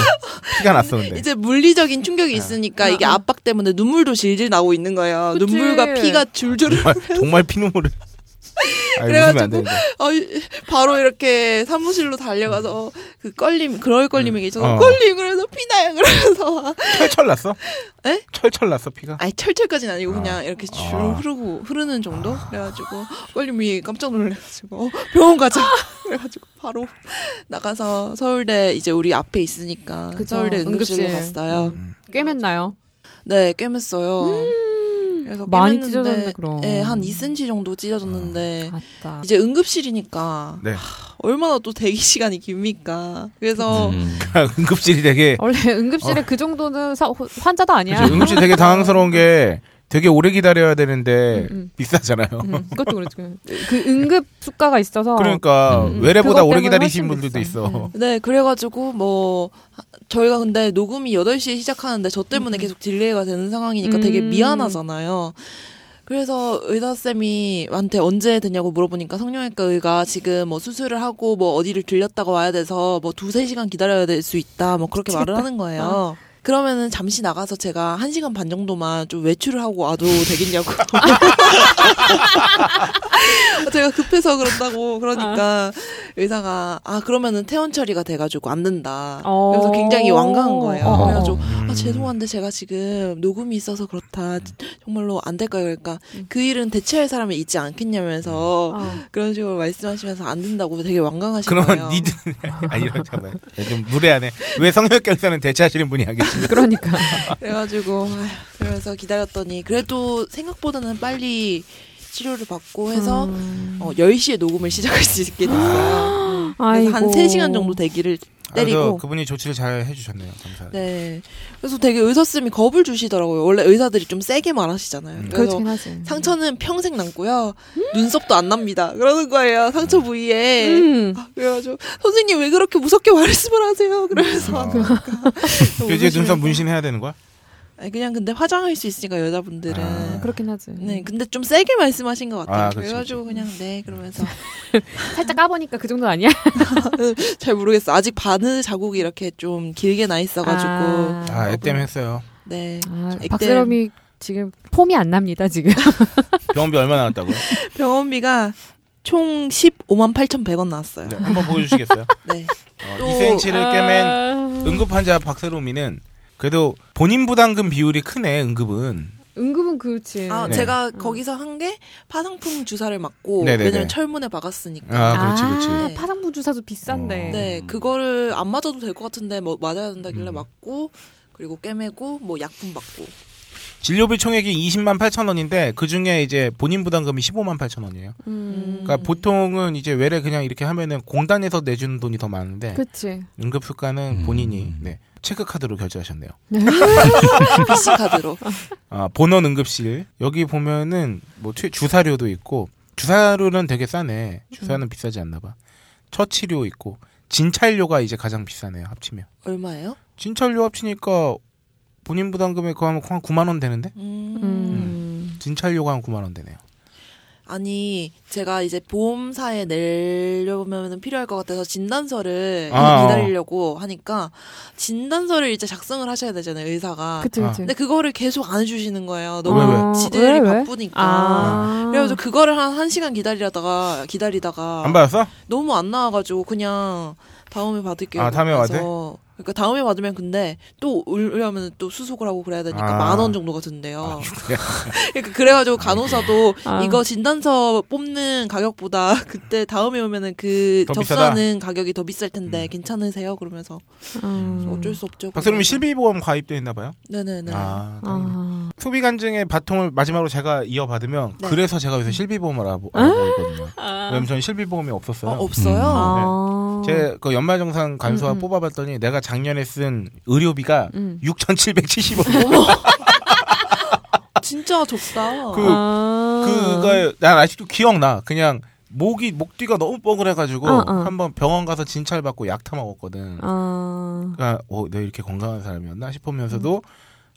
피가 났었는데.
이제 물리적인 충격이
네.
있으니까 이게 압박 때문에 눈물도 질질 나고 있는 거예요.
아, 그치.
눈물과 피가 줄줄.
정말, 정말 피눈물을. 아, 웃으면 안
그래가지고
되는데.
어, 이- 바로 이렇게 사무실로 달려가서 그 껄림 그럴
음.
껄림에게 있어서
어.
껄림 그래서 피나요 그러면서
철철 났어?
에?
철철 났어 피가?
아니 철철까지는 아니고
아.
그냥 이렇게 줄
아.
흐르고 흐르는 정도
아.
그래가지고 껄림이 깜짝 놀래가지고 어, 병원
아.
가자 그래가지고 바로 나가서 서울대 이제 우리 앞에 있으니까
그죠.
서울대 응급실로
응급실. 음.
갔어요
음.
꿰맸나요?
네 꿰맸어요 그래서
음. 많이
꿰맸는데,
찢어졌네, 그럼.
네, 한 2cm 정도 찢어졌는데
아따.
이제 응급실이니까
네.
얼마나 또 대기 시간이 깁니까 그래서
음.
응급실이 되게
원래 응급실에 그 정도는 사- 호- 환자도 아니야.
어. 그죠? 응급실 되게 당황스러운 게 되게 오래 기다려야 되는데
음, 음.
비싸잖아요.
음, 그것도 그렇지. 그 응급 수가가 있어서
그러니까
음.
외래보다
그것
오래
때문에
기다리신
훨씬
분들도
비싸. 음.
있어.
네, 그래가지고 뭐 저희가 근데 녹음이 8시에 시작하는데 저 때문에 계속 딜레이가 되는 상황이니까 되게
음.
미안하잖아요. 그래서 의사쌤이한테 언제 되냐고 물어보니까 성형외과 의가 지금 뭐 수술을 하고 뭐 어디를 들렸다가 와야 돼서 뭐 두세 시간 기다려야 될 수 있다 뭐 그렇게 어. 말을 하는 거예요. 그러면은 잠시 나가서 제가 한 시간 반 정도만 좀 외출을 하고 와도 되겠냐고. 제가 급해서 그런다고 그러니까 의사가 아 그러면은 퇴원 처리가 돼가지고 안 된다.
어.
그래서 굉장히 완강한 거예요.
어.
그래가지고
음.
아 죄송한데 제가 지금 녹음이 있어서 그렇다. 정말로 안 될까요? 그러니까 그 일은 대체할 사람이 있지 않겠냐면서
음. 아,
그런 식으로 말씀하시면서 안 된다고 되게 완강하신 거예요.
그러면 니들 아니 잠깐만 좀 무례하네. 왜 성형외과 의사는 대체하시는 분이 하겠지?
그러니까
그래가지고 아휴, 그러면서 기다렸더니 그래도 생각보다는 빨리 치료를 받고 해서
음.
어, 10시에 녹음을 시작할 수 있게 됐어요. 그래서 한
아이고.
3시간 정도 대기를
그래서
때리고
그분이 조치를 잘 해주셨네요. 감사합니다.
네. 그래서 되게 의사쌤이 겁을 주시더라고요. 원래 의사들이 좀 세게 말하시잖아요. 그래서
그렇긴 하지.
상처는 평생 남고요. 눈썹도 안 납니다. 그러는 거예요. 상처 부위에.
음.
아, 그래가지고 선생님 왜 그렇게 무섭게 말씀을 하세요? 그러면서
어.
또
이제
웃으시면서.
눈썹 문신해야 되는 거야?
아니, 그냥 근데 화장할 수 있으니까 여자분들은
아.
그렇긴 하지.
네 근데 좀 세게 말씀하신 것 같아요.
아, 그렇지,
그래가지고 그냥 네 그러면서
살짝 까보니까 그 정도 아니야?
잘 모르겠어. 아직 바늘 자국이 이렇게 좀 길게 나 있어가지고
아, 액땜 했어요.
네
아,
액땜.
박세롬이 지금 폼이 안 납니다 지금.
병원비 얼마 나왔다고요? 네,
병원비가 총 15만 8,100원 나왔어요.
네,
아.
네.
한번 보여주시겠어요? 어,
또-
2cm를 깨맨
아,
응급환자 박세롬이는 그래도 본인 부담금 비율이 크네 응급은.
응급은 그렇지.
아
네.
제가 거기서 한 게 파상풍 주사를 맞고
네네네.
왜냐면 철문에 박았으니까.
아 그렇지 그렇지.
아, 파상부 주사도 비싼데.
어.
네 그거를 안
음.
맞아도 될 것 같은데 뭐 맞아야 된다길래 맞고 그리고 꿰매고 뭐 약품 받고
진료비 총액이 20만 8천 원인데 그 중에 이제 본인 부담금이 15만 8천 원이에요.
음.
그러니까 보통은 이제 외래 그냥 이렇게 하면은 공단에서 내주는 돈이 더 많은데
그치.
응급수가는
음.
본인이 네, 체크카드로 결제하셨네요.
비스 카드로.
아, 본원 응급실 여기 보면은 뭐 최- 주사료도 있고 주사료는 되게 싸네. 주사는 비싸지 않나 봐. 처치료 있고 진찰료가 이제 가장 비싸네요. 합치면
얼마예요?
진찰료 합치니까 본인 부담금에 그하면 한 9만 원 되는데
음.
음.
진찰료가 한 9만 원 되네요.
아니 제가 이제 보험사에 내려면 필요할 것 같아서 진단서를
아,
기다리려고 하니까 진단서를 이제 작성을 하셔야 되잖아요 네. 의사가.
그치, 그치.
근데 그거를 계속 안 해주시는 거예요.
왜,
너무
왜?
아,
지들이
왜, 왜?
바쁘니까.
아.
그래가지고 그거를 한 1시간 기다리다가 기다리다가
안 받았어?
너무 안 나와가지고 그냥 다음에 받을게요.
아, 다음에
그래서.
받을?
그러니까 다음에 받으면 근데 또 오려면 또 수속을 하고 그래야 되니까
아.
만 원 정도가 든대요.
어.
아,
그러니까 그래가지고 간호사도
아.
이거 진단서 뽑는 가격보다 그때 다음에 오면은 그
더 비싸다. 음.
접수하는 가격이 더 비쌀 텐데 괜찮으세요? 그러면서
음.
어쩔 수 없죠.
박사님이
그러면.
실비보험 가입돼 있나 봐요.
네. 네네네.
아, 다행이네.
아.
소비 간증의 바통을 마지막으로 제가 이어받으면
네.
그래서 제가 요새 실비보험을 알아보- 알아보고 있거든요. 왜냐면 저는 실비보험이
어,
없었어요. 네. 음.
없어요?
아.
제 그 연말정산 간소화
음, 음.
뽑아봤더니 내가 작년에 쓴 의료비가
음.
6,770원.
진짜 적다.
그-
아.
그거 난 아직도 기억나. 그냥 목이 목뒤가 너무 뻐근해가지고
어, 어.
한번 병원 가서 진찰 받고 약 타 먹었거든.
아.
그러니까 어, 내가 이렇게 건강한 사람이었나 싶으면서도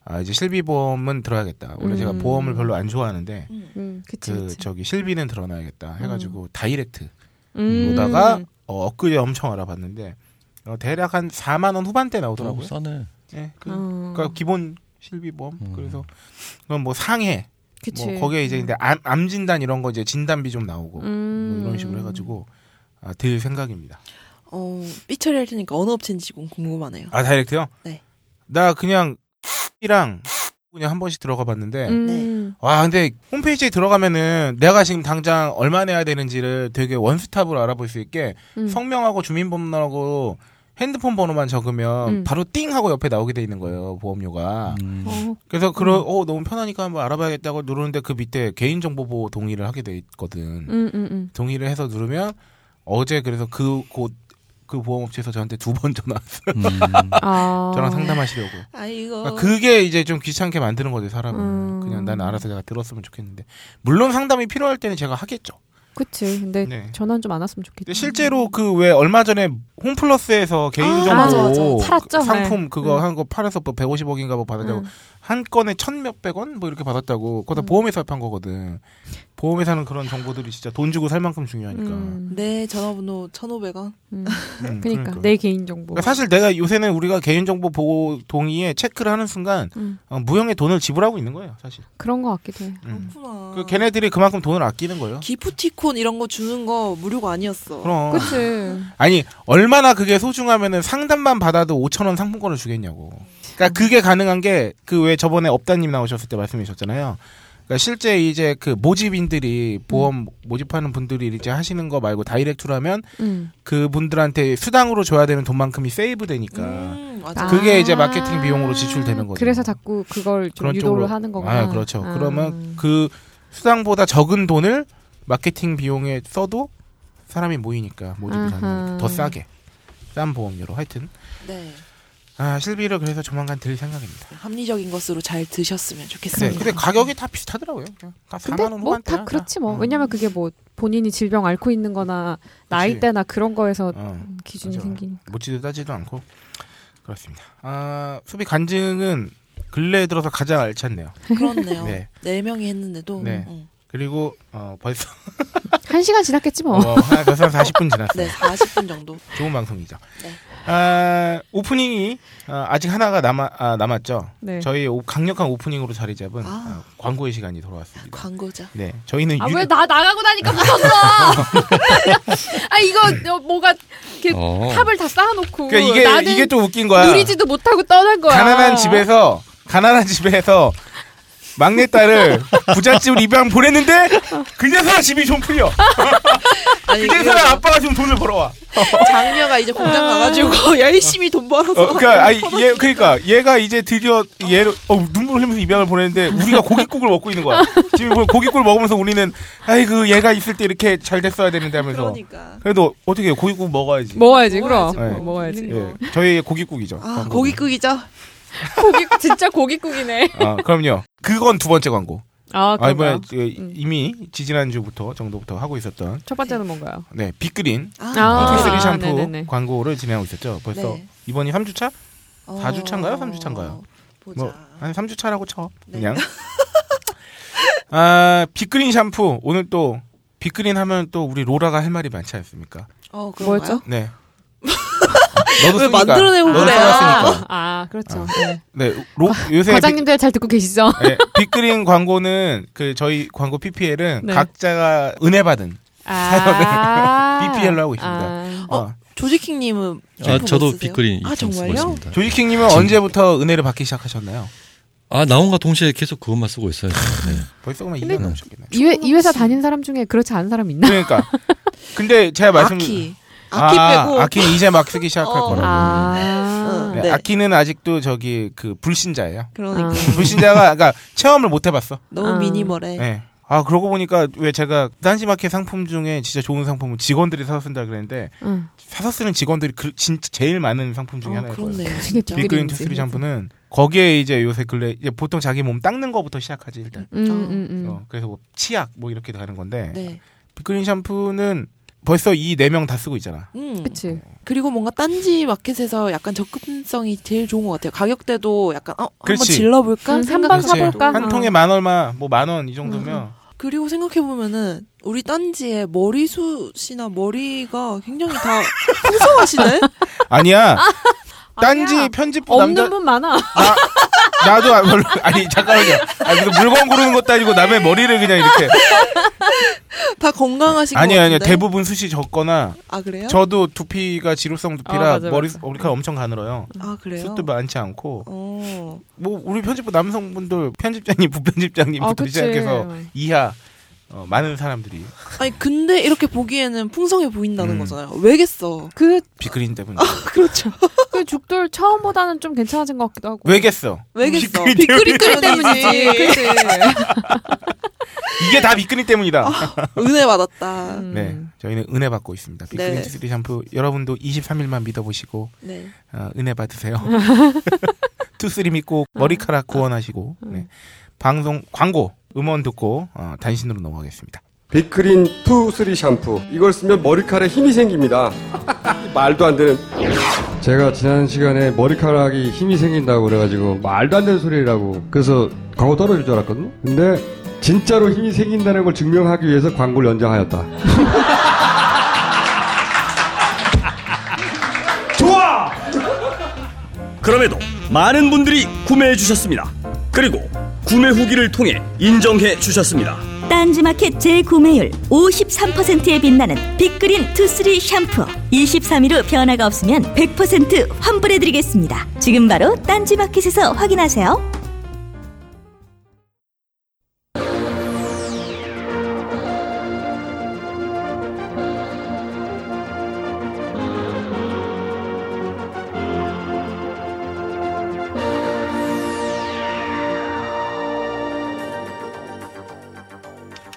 아 이제 실비보험은 들어야겠다. 원래 제가
음.
보험을 별로 안 좋아하는데
음, 그치,
그
그치.
저기 실비는 들어놔야겠다 해가지고 다이렉트
음.
보다가 어, 엊그제 엄청 알아봤는데 어, 대략 한 4만 원 후반대 나오더라고요.
음.
너무 어, 싸네.
예, 그,
어.
그러니까 기본 실비보험
음.
그래서 그건 뭐 상해
그치.
뭐 거기에 이제 근데 암, 암 진단 이런 거 이제 진단비 좀 나오고 뭐
음.
이런 식으로 해가지고 아, 들 생각입니다.
어, 삐처리 할 테니까 어느 업체인지 궁- 궁금하네요.
아 다이렉트요?
네.
나 그냥 이랑 그냥 한 번씩 들어가 봤는데
음.
와 근데 홈페이지에 들어가면은 내가 지금 당장 얼마 내야 되는지를 되게 원스톱으로 알아볼 수 있게
음.
성명하고 주민번호하고 핸드폰 번호만 적으면
음.
바로 띵 하고 옆에 나오게 돼 있는 거예요 보험료가
음.
어,
그래서 그런 어 너무 편하니까 한번 알아봐야겠다고 누르는데 그 밑에 개인정보 보호 동의를 하게 돼 있거든
음, 음, 음.
동의를 해서 누르면 어제 그래서 그곳그 보험업체에서 저한테 두 번 전화
음.
아.
저랑 상담하시려고
아, 이거.
그러니까 그게 이제 좀 귀찮게 만드는 거죠 사람을
어. 음.
그냥 난 알아서 내가 들었으면 좋겠는데 물론 상담이 필요할 때는 제가 하겠죠
그치. 근데
네.
전화는 좀 안 왔으면 좋겠다.
근데 실제로 그 왜 얼마 전에 홈플러스에서
아, 맞아,
개인정보
맞아.
팔았죠?
상품
네.
그거
음.
한 거 팔아서 뭐 150억인가 뭐 받았다고
음.
한 건에 천 몇백 원 뭐 이렇게 받았다고 그거 다
음.
보험회사 판 거거든 보험회사는 그런 정보들이 진짜 돈 주고 살 만큼 중요하니까
음,
네, 전화번호 1,500원.
음.
음,
그러니까 내 개인 정보.
그러니까 사실 내가 요새는 우리가 개인정보 보호 동의에 체크를 하는 순간
음.
어, 무형의 돈을 지불하고 있는 거예요 사실
그런 것 같기도 해.
음.
그렇구나.
그 걔네들이 그만큼 돈을 아끼는 거예요
기프티콘 이런 거 주는 거 무료가 아니었어.
그럼
그치.
아니 얼마나 그게 소중하면은 상담만 받아도 5천 원 상품권을 주겠냐고. 그러니까 그게 가능한 게 그 왜 저번에 업다님 나오셨을 때 말씀해 주셨잖아요. 그러니까 실제 이제 그 모집인들이 보험 모집하는 분들이 이제 하시는 거 말고 다이렉트로 하면
음.
그 분들한테 수당으로 줘야 되는 돈만큼이 세이브 되니까
음, 맞아.
그게 이제 마케팅 비용으로 지출되는 거죠.
그래서 자꾸 그걸 좀
그런
유도를
쪽으로-
하는 거구나.
아 그렇죠.
아.
그러면 그 수당보다 적은 돈을 마케팅 비용에 써도 사람이 모이니까 모집이
아하.
가능하니까 더 싸게 싼 보험료로 하여튼
네.
아 실비를 그래서 조만간 들 생각입니다.
합리적인 것으로 잘 드셨으면
네,
좋겠습니다.
근데 가격이 다 비슷하더라고요. 그냥 다 4만
근데
원
뭐
후반대야.
다 그렇지 뭐.
음.
왜냐면 그게 뭐 본인이 질병 앓고 있는 거나 나이대나 그런 거에서
어,
기준이
맞아.
생기니까.
묻지도 따지도 않고 그렇습니다. 아 수비 간증은 근래에 들어서 가장 알찼네요.
그렇네요.
네.
네. 명이 했는데도.
네.
음.
그리고 어, 벌써
한 시간 지났겠지 뭐.
어, 한- 벌써 한 40분 지났어요.
네, 40분 정도.
좋은 방송이죠.
네.
아, 오프닝이 아, 아직 하나가 남아, 아, 남았죠.
네.
저희 오- 강력한 오프닝으로 자리 잡은
아.
아, 광고의 시간이 돌아왔습니다.
광고자.
네, 저희는
아
유-
왜 나 나가고 나니까 무섭어. 아 이거 뭐가 이렇게
어.
탑을 다 쌓아놓고
그러니까 이게
나는
이게 또 웃긴 거야.
누리지도 못하고 떠난 거야.
가난한 집에서 가난한 집에서 막내 딸을 부잣집 입양 보냈는데 그제서야 집이 좀 풀려.
아니
그제서야
그
아빠가 좀 돈을 벌어와.
장녀가 이제 공장
아.
가가지고 열심히 돈 벌어서
어, 그러니까 아니, 얘 그러니까 얘가 이제 드디어 얘를 어, 눈물 흘리면서 입양을 보냈는데 우리가 고깃국을 먹고 있는 거야. 지금 뭐 고깃국을 먹으면서 우리는 아이 그 얘가 있을 때 이렇게 잘 됐어야 되는데 하면서
그러니까
그래도 어떻게 해요? 고깃국 먹어야지.
먹어야지
먹어야지,
그럼
뭐.
먹어야지
예, 저희 고깃국이죠.
아
광고는.
고깃국이죠
고기 진짜 고깃국이네
아, 그럼요. 그건 두 번째 광고.
아
아, 이번에
그럼
저- 이미 지지난 주부터 정도부터 하고 있었던
첫 번째는 뭔가요?
네 빅그린
아,
투쓰리
아,
샴푸
네네네.
광고를 진행하고 있었죠. 벌써
네.
이번이 3주차?
어,
사주차인가요? 삼주차인가요?
보자
뭐, 한 3주차라고 쳐.
네.
그냥. 아, 빅그린 샴푸. 오늘 또, 빅그린 하면 또 우리 로라가 할 말이 많지 않습니까?
어 그런가요?
뭐였죠?
네. 너도
왜
쓰니까.
만들어내고
너도
그래요?
써봤으니까.
아 그렇죠 네.
네. 로, 요새 빅-
과장님들 잘 듣고 계시죠?
네, 빅그린 광고는 그 저희 광고 PPL은
네.
각자가 은혜 받은
아
BPL 로 하고 있습니다.
아.
어,
조지킹님은 뭐
아, 저도
쓰세요?
빅그린
아
쓰고
정말요?
있습니다.
조지킹님은 언제부터 은혜를 받기 시작하셨나요?
아 나온과 동시에 계속 그것만 쓰고 있어요. 네.
벌써 그만
근데-
2년 넘으셨겠네요.
이, 회, 이 회사 다닌 사람 중에 그렇지 않은 사람 있나?
그러니까. 근데 제가 그 말씀
아키 아키
아,
빼고
아키는 이제 막 쓰기 시작할
어.
거라고.
아,
응.
네,
네.
아키는 아직도 저기 그 불신자예요.
그러니까
아.
불신자가 그러니까 체험을 못 해봤어.
너무
아.
예.
미니멀해
아 그러고 보니까 왜 제가 딴지마켓 상품 중에 진짜 좋은 상품은 직원들이 사서 쓴다 그랬는데
응.
사서 쓰는 직원들이 그, 진짜 제일 많은 상품 중에
어,
하나였거든요.
그렇네
그게
진짜
빅그린
빅그린이지.
투쓰리 샴푸는 거기에 이제 요새 근래 이제 보통 자기 몸 닦는 거부터 시작하지 일단.
음, 음, 음.
어, 그래서 뭐 치약 뭐 이렇게 가는 건데
네
빅그린 샴푸는 벌써 이 네 명 다 쓰고 있잖아.
음.
그치.
그리고 뭔가 딴지 마켓에서 약간 접근성이 제일 좋은 것 같아요. 가격대도 약간 어 한번
그렇지.
질러볼까?
음,
생각-
한번
그렇지.
사볼까?
한
어. 음.
통에 만 얼마 뭐 만 원 이 정도면
그리고 생각해 보면은 우리 딴지의 머리숱이나 머리가 굉장히 다 풍성하시네.
아니야. 딴지
아니야.
편집부
없는
그 남자
분 많아.
나 나도 안 별로 아니 잠깐만요. 아니 무슨 물건 고르는 것도 아니고 남의
네.
머리를 그냥 이렇게
다 건강하신
아니
것
아니요
같은데.
대부분 숱이 적거나
아 그래요?
저도 두피가 지루성
아,
두피라
맞아,
머리
맞아.
머리카락 엄청 가늘어요.
아 그래요?
숱도 많지 않고
어.
뭐 우리 편집부 남성분들 편집장님
아,
부편집장님부터 시작해서 이하 어, 많은 사람들이
아니 근데 이렇게 보기에는 풍성해 보인다는
음.
거잖아요. 왜겠어?
그,
비그린 때문에
그렇죠.
그 죽돌 처음보다는 좀 괜찮아진 것 같기도 하고.
왜겠어?
왜겠어?
빅그린
빅그린
때문이지.
때문이지.
그치.
이게 다 비그린 때문이다.
은혜 받았다.
음.
네, 저희는 은혜 받고 있습니다. 비그린
네.
투쓰리 샴푸 여러분도 23일만 믿어보시고
네.
아, 은혜 받으세요. 투쓰리 믿고 머리카락 구원하시고 네. 방송 광고 음원 듣고 어, 단신으로 넘어가겠습니다.
비크린 투 쓰리 샴푸 이걸 쓰면 머리카락에 힘이 생깁니다 말도 안 되는 제가 지난 시간에 머리카락이 힘이 생긴다고 그래가지고 말도 안 되는 소리라고 그래서 광고 떨어질 줄 알았거든요 근데 진짜로 힘이 생긴다는 걸 증명하기 위해서 광고를 연장하였다
그럼에도 많은 분들이 구매해 주셨습니다. 그리고 구매 후기를 통해 인정해 주셨습니다.
딴지마켓 재구매율 53%에 빛나는 빅그린 투쓰리 샴푸 23일 후 변화가 없으면 100% 환불해드리겠습니다 지금 바로 딴지마켓에서 확인하세요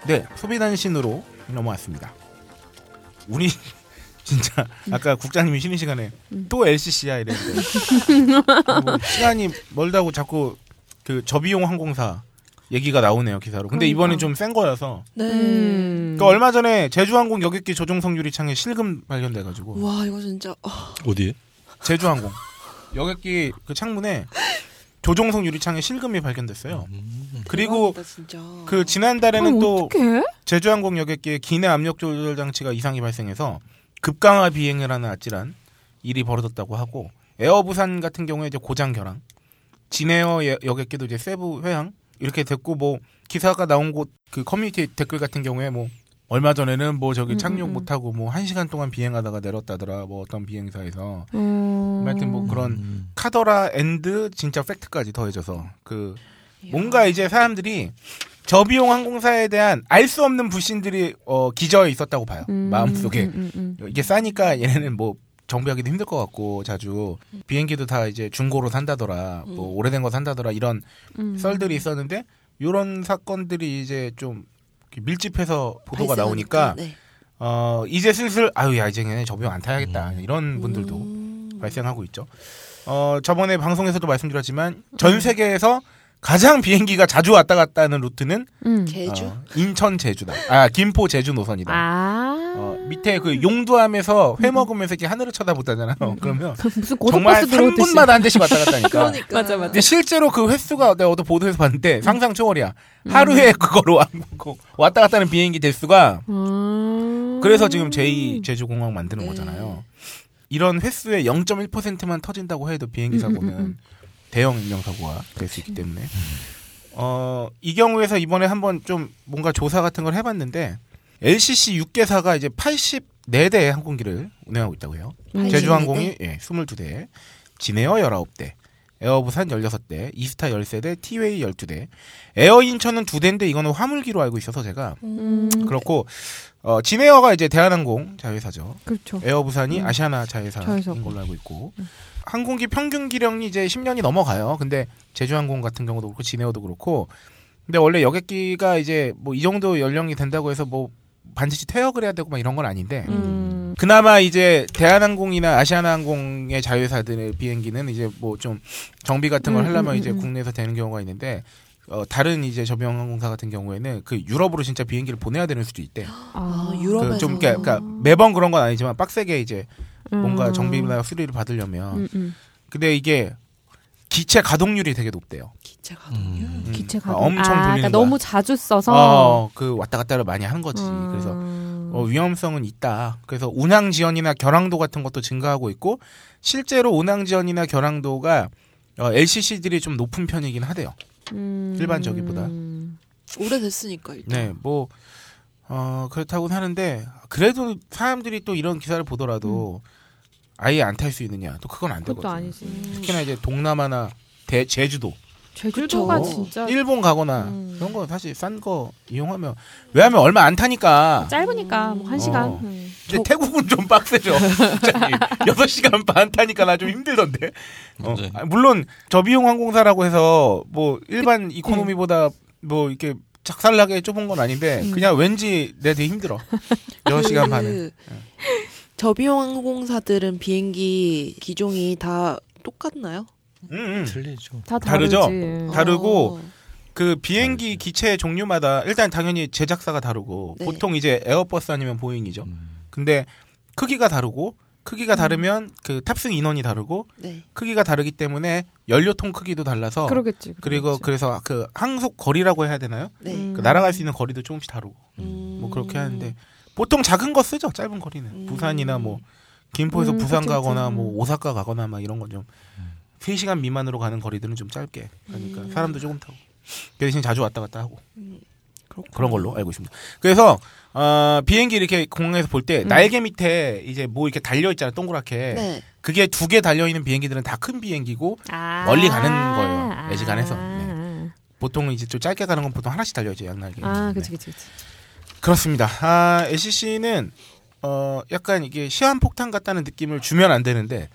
네, 소비 단신으로 넘어왔습니다. 우리 진짜 아까 국장님이 쉬는 시간에 또 LCC야 이랬는데 뭐 시간이 멀다고 자꾸 그 저비용 항공사 얘기가 나오네요 기사로. 근데
그러니까.
이번엔 좀 센 거여서
네.
음.
그러니까 얼마 전에 제주항공 여객기 조종석 유리창에 실금 발견돼가지고
와 이거 진짜 어,
어디에?
제주항공 여객기 그 창문에 조종석 유리창에 실금이 발견됐어요. 그리고
대박이다, 진짜.
그 지난달에는
음. 그럼
또
어떡해?
제주항공 여객기에 기내 압력 조절 장치가 이상이 발생해서 급강하 비행을 하는 아찔한 일이 벌어졌다고 하고 에어부산 같은 경우에 이제 고장 결항, 진에어 예- 여객기도 이제 세부 회항 이렇게 됐고 뭐 기사가 나온 곳 그 커뮤니티 댓글 같은 경우에 뭐 얼마 전에는 뭐 저기
음,
착륙
음, 음.
못하고 뭐 한 시간 동안 비행하다가 내렸다더라 뭐 어떤 비행사에서
음.
하여튼 뭐 그런
음.
카더라 앤드 진짜 팩트까지 더해져서 그 뭔가 이제 사람들이 저비용 항공사에 대한 알 수 없는 불신들이 어, 기저에 있었다고 봐요.
음,
마음속에
음, 음, 음.
이게 싸니까 얘네는 뭐 정비하기도 힘들 것 같고 자주
음.
비행기도 다 이제 중고로 산다더라, 뭐 오래된 거 산다더라 이런
음.
썰들이 있었는데 이런 사건들이 이제 좀 이렇게 밀집해서 보도가 나오니까
발생하니까, 네.
어 이제 슬슬 아유 야 이제 얘네 저비용 안 타야겠다 이런 분들도
음.
발생하고 있죠. 어, 저번에 방송에서도 말씀드렸지만 전 세계에서 가장 비행기가 자주 왔다 갔다 하는 루트는
음.
네. 제주
어, 인천 제주다. 아 김포 제주 노선이다.
아
어, 밑에 그 용두암에서 회 먹으면서 이렇게 하늘을 쳐다보다잖아요. 그러면
무슨
정말
고속버스 음. 들어올 듯이
3분마다 한 대씩 왔다 갔다니까.
그러니까
맞아, 맞아.
근데 실제로 그 횟수가 내가 어디 보도에서 봤는데 상상 초월이야.
음.
하루에 그거로 왔- 그 왔다 갔다 하는 비행기 대수가
음.
그래서 지금 제2 제주공항 만드는 거잖아요. 이런 횟수의 0.1%만 터진다고 해도 비행기 사고는 대형 인명사고가 될 수 있기 때문에 어, 이 경우에서 이번에 한번 좀 뭔가 조사 같은 걸 해봤는데 LCC 6개사가 이제 84대의 항공기를 운영하고 있다고 해요.
음.
제주항공이 예, 22대, 진에어 19대, 에어부산 16대, 이스타 13대, 티웨이 12대, 에어인천은 2대인데 이거는 화물기로 알고 있어서 제가
음.
그렇고 어, 진에어가 이제 대한항공 자회사죠.
그렇죠.
에어부산이
음.
아시아나 자회사인
자회사고. 음.
걸로 알고 있고 항공기 평균 기령이 이제 10년이 넘어가요. 근데 제주항공 같은 경우도 그렇고 진에어도 그렇고 근데 원래 여객기가 이제 뭐 이 정도 연령이 된다고 해서 뭐 반드시 퇴역을 해야 되고 막 이런 건 아닌데
음.
그나마 이제 대한항공이나 아시아나항공의 자회사들의 비행기는 이제 뭐 좀 정비 같은 걸
음,
하려면
음,
이제
음.
국내에서 되는 경우가 있는데 어, 다른 이제 저비용 항공사 같은 경우에는 그 유럽으로 진짜 비행기를 보내야 되는 수도 있대.
아,
그
유럽에서
좀 그러니까, 그러니까 매번 그런 건 아니지만 빡세게 이제 뭔가 정비나 수리를 받으려면
음, 음.
근데 이게 기체 가동률이 되게 높대요.
기체 가동률
음.
기체
아,
가동.
엄청
아,
돌리는
그러니까
거야.
너무 자주 써서.
어, 그 왔다 갔다를 많이 한 거지. 그래서
음.
어, 위험성은 있다. 그래서 운항 지연이나 결항도 같은 것도 증가하고 있고 실제로 운항 지연이나 결항도가 어, LCC들이 좀 높은 편이긴 하대요.
음.
일반적이보다.
오래됐으니까 일단
네, 뭐 어, 그렇다고 하는데 그래도 사람들이 또 이런 기사를 보더라도 아예 안 탈 수 있느냐? 또 그건 안
음. 그것도
되거든요.
아니지.
특히나 이제 동남아나 대, 제주도,
제주도가
그쵸.
진짜
일본 가거나
음.
그런 거 사실 싼 거 이용하면 왜냐하면 얼마 안 타니까.
짧으니까 뭐한
어.
시간. 음.
근데 태국은 좀 빡세죠. 갑자기 6시간 반 타니까 나 좀 힘들던데. 어,
맞아요.
아, 물론 저비용 항공사라고 해서 뭐 일반 이코노미보다 뭐 이렇게 작살나게 좁은 건 아닌데
음.
그냥 왠지 내 되게 힘들어. 6시간 반은.
그 저비용 항공사들은 비행기 기종이 다 똑같나요?
그
음, 음.
틀리죠.
다
다르죠?
다르지.
다르고
어.
그 비행기 기체 종류마다 일단 당연히 제작사가 다르고
네.
보통 이제 에어버스 아니면 보잉이죠. 근데 크기가 다르고
음.
크기가 다르면 그 탑승 인원이 다르고
네.
크기가 다르기 때문에 연료통 크기도 달라서
그러겠지.
그리고
그러겠지.
그래서 그 항속 거리라고 해야 되나요?
네.
음.
그 날아갈 수 있는 거리도 조금씩 다르고 뭐 그렇게 하는데 보통 작은 거 쓰죠 짧은 거리는
음.
부산이나 뭐 김포에서
음,
부산
그쵸, 그쵸.
가거나 뭐
음.
오사카 가거나 막 이런 건좀 3시간 미만으로 가는 거리들은 좀 짧게 가니까
음.
사람도 조금 타고 그 대신 자주 왔다 갔다 하고
그렇구나.
그런 걸로 알고 있습니다. 그래서 어, 비행기 이렇게 공항에서 볼 때
음.
날개 밑에 이제 뭐 이렇게 달려 있잖아 동그랗게
네.
그게 두 개 달려 있는 비행기들은 다 큰 비행기고
아.
멀리 가는 거예요.
아.
애지간해서. 네. 보통 이제 좀 짧게 가는 건 보통 하나씩 달려 있죠 양날개.
아,
네.
그치, 그치, 그치.
그렇습니다. 아, LCC는 어 약간 이게 시한폭탄 같다는 느낌을 주면 안 되는데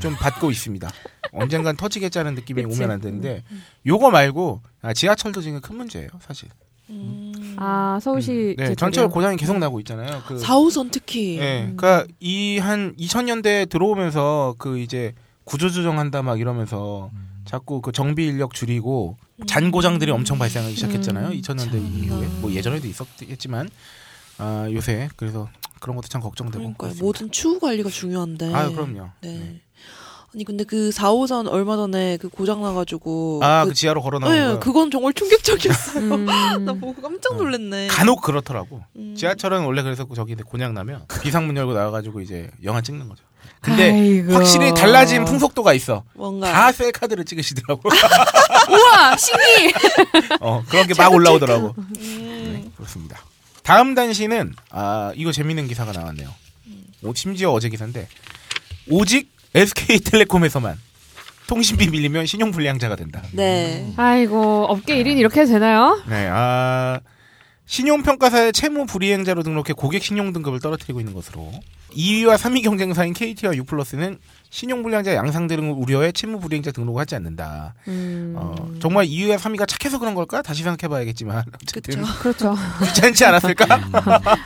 좀 받고 있습니다. 언젠간 터지겠다는 느낌이
그치. 음,
오면 안 되는데 요거 말고 아, 지하철도 지금 큰 문제예요, 사실.
음.
아, 서울시.
네,
제주도요?
전철 고장이 계속 나고 있잖아요. 그
4호선 특히
예. 그러니까 이 한 2000년대에 들어오면서 그 이제 구조 조정한다 막 이러면서 자꾸 그 정비 인력 줄이고
음.
잔 고장들이 엄청 발생하기 시작했잖아요.
음,
2000년대 이후에 뭐 예전에도 있었겠지만 아, 요새 그래서 그런 것도 참 걱정되고.
그러니까 요
그렇습니다.
모든 추후 관리가 중요한데.
네, 아, 그럼요.
네.
네.
아니 근데 그 4호선 얼마 전에 그 고장 나가지고.
아, 그 지하로 걸어 나오는
뭐 네,
거.
그건 정말 충격적이었어요.
음.
나 보고 깜짝 놀랐네.
어. 간혹 그렇더라고.
음.
지하철은 원래 그래서 저기 곤약 나면 비상문 열고 나와 가지고 이제 영화 찍는 거죠. 근데
아이고.
확실히 달라진 풍속도가 있어.
뭔가
다 셀카드를 찍으시더라고.
우와, 아, 신기!
어, 그런 게 막 올라오더라고.
음.
네, 그렇습니다. 다음 단신은 아 이거 재밌는 기사가 나왔네요. 오, 심지어 어제 기사인데 오직 SK텔레콤에서만 통신비 밀리면 신용불량자가 된다. 음.
네.
아이고 업계 1인 이렇게 해도 되나요?
네, 아 신용평가사의 채무 불이행자로 등록해 고객 신용 등급을 떨어뜨리고 있는 것으로 2위와 3위 경쟁사인 KT와 유플러스는 신용불량자 양상 등을 우려해 채무 불이행자 등록을 하지 않는다.
음,
어, 정말 2위와 3위가 착해서 그런 걸까? 다시 생각해봐야겠지만 어쨌든
그쵸.
그렇죠.
귀찮지 않았을까?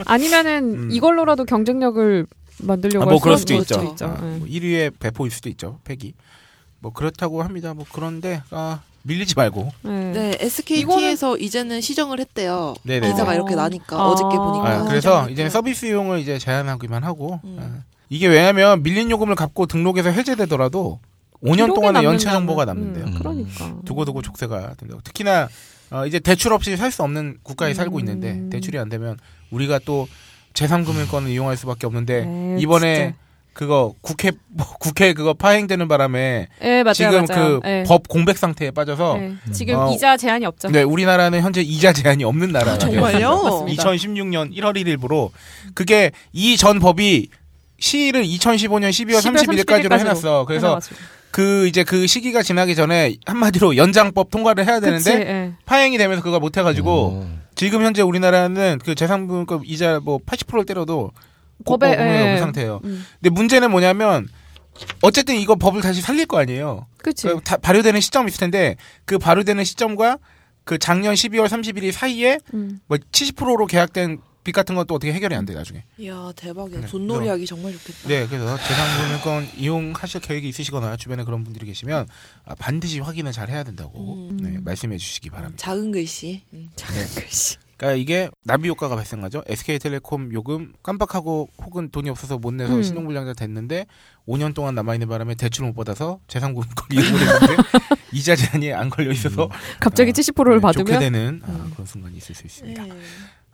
아니면은
음.
이걸로라도 경쟁력을 만들려고
아, 뭐
할
그럴 수도
수도
있죠.
있죠.
아,
네.
뭐 1위에 배포일 수도 있죠. 팩이 뭐 그렇다고 합니다. 뭐 그런데 아, 밀리지 말고
네.
네, SKT에서 이제는 시정을 했대요.
네네네.
기사가
어.
이렇게 나니까
아.
어저께 보니까.
아,
아,
그래서
시정을
이제
했대요.
서비스용을 이제 제한하기만 하고
음.
아, 이게 왜냐하면 밀린 요금을 갚고 등록에서 해제되더라도 5년
기록에
동안의
남는다면.
연체 정보가 남는데요.
음, 그러니까.
두고두고 족쇄가 된다고. 특히나 어, 이제 대출 없이 살 수 없는 국가에 살고
음.
있는데 대출이 안 되면 우리가 또 제3금융권을 이용할 수밖에 없는데
에이,
이번에
네, 진짜.
그거 국회 뭐 국회 그거 파행되는 바람에
예, 맞아요,
지금
맞아요.
그
예.
법 공백 상태에 빠져서
예. 지금
어,
이자 제한이 없죠.
네, 우리나라는 현재 이자 제한이 없는 나라예요.
정말요?
2016년 1월 1일부로 그게 이 전 법이 시를 2015년 12월
11월 아,
31일까지로 해놨어. 그래서
해놔가지고.
그 이제 그 시기가 지나기 전에 한마디로 연장법 통과를 해야
그치,
되는데
예.
파행이 되면서 그걸 못
음.
해가지고
어.
지금 현재 우리나라는 그 재산분급 이자 뭐 80%를 때려도
법에,
법에
예.
없는 상태예요.
음.
근데 문제는 뭐냐면 어쨌든 이거 법을 다시 살릴 거 아니에요.
그치.
그 다- 발효되는 시점이 있을 텐데 그 발효되는 시점과 그 작년 12월 31일 사이에
음.
뭐 70%로 계약된 빚 같은 건 또 어떻게 해결이 안 돼 나중에.
이야, 대박이야.
그래.
돈놀이
그래서-
하기 정말 좋겠다.
네, 그래서 재산금융권 이용하실 계획이 있으시거나 주변에 그런 분들이 계시면 아, 반드시 확인을 잘 해야 된다고
음.
네, 말씀해 주시기 바랍니다.
작은 글씨. 음, 작은
네.
글씨.
그러니까 이게 납비 효과가 발생하죠. SK텔레콤 요금 깜빡하고 혹은 돈이 없어서 못 내서
음.
신용불량자 됐는데 5년 동안 남아 있는 바람에 대출 못 받아서 재산금 이용을 했는데 이자 제한이 안 걸려 있어서
갑자기
어,
70%를
네, 좋게
받으면 음. 네.
되는 아, 그런 순간이 있을 수 있습니다.
그러니까.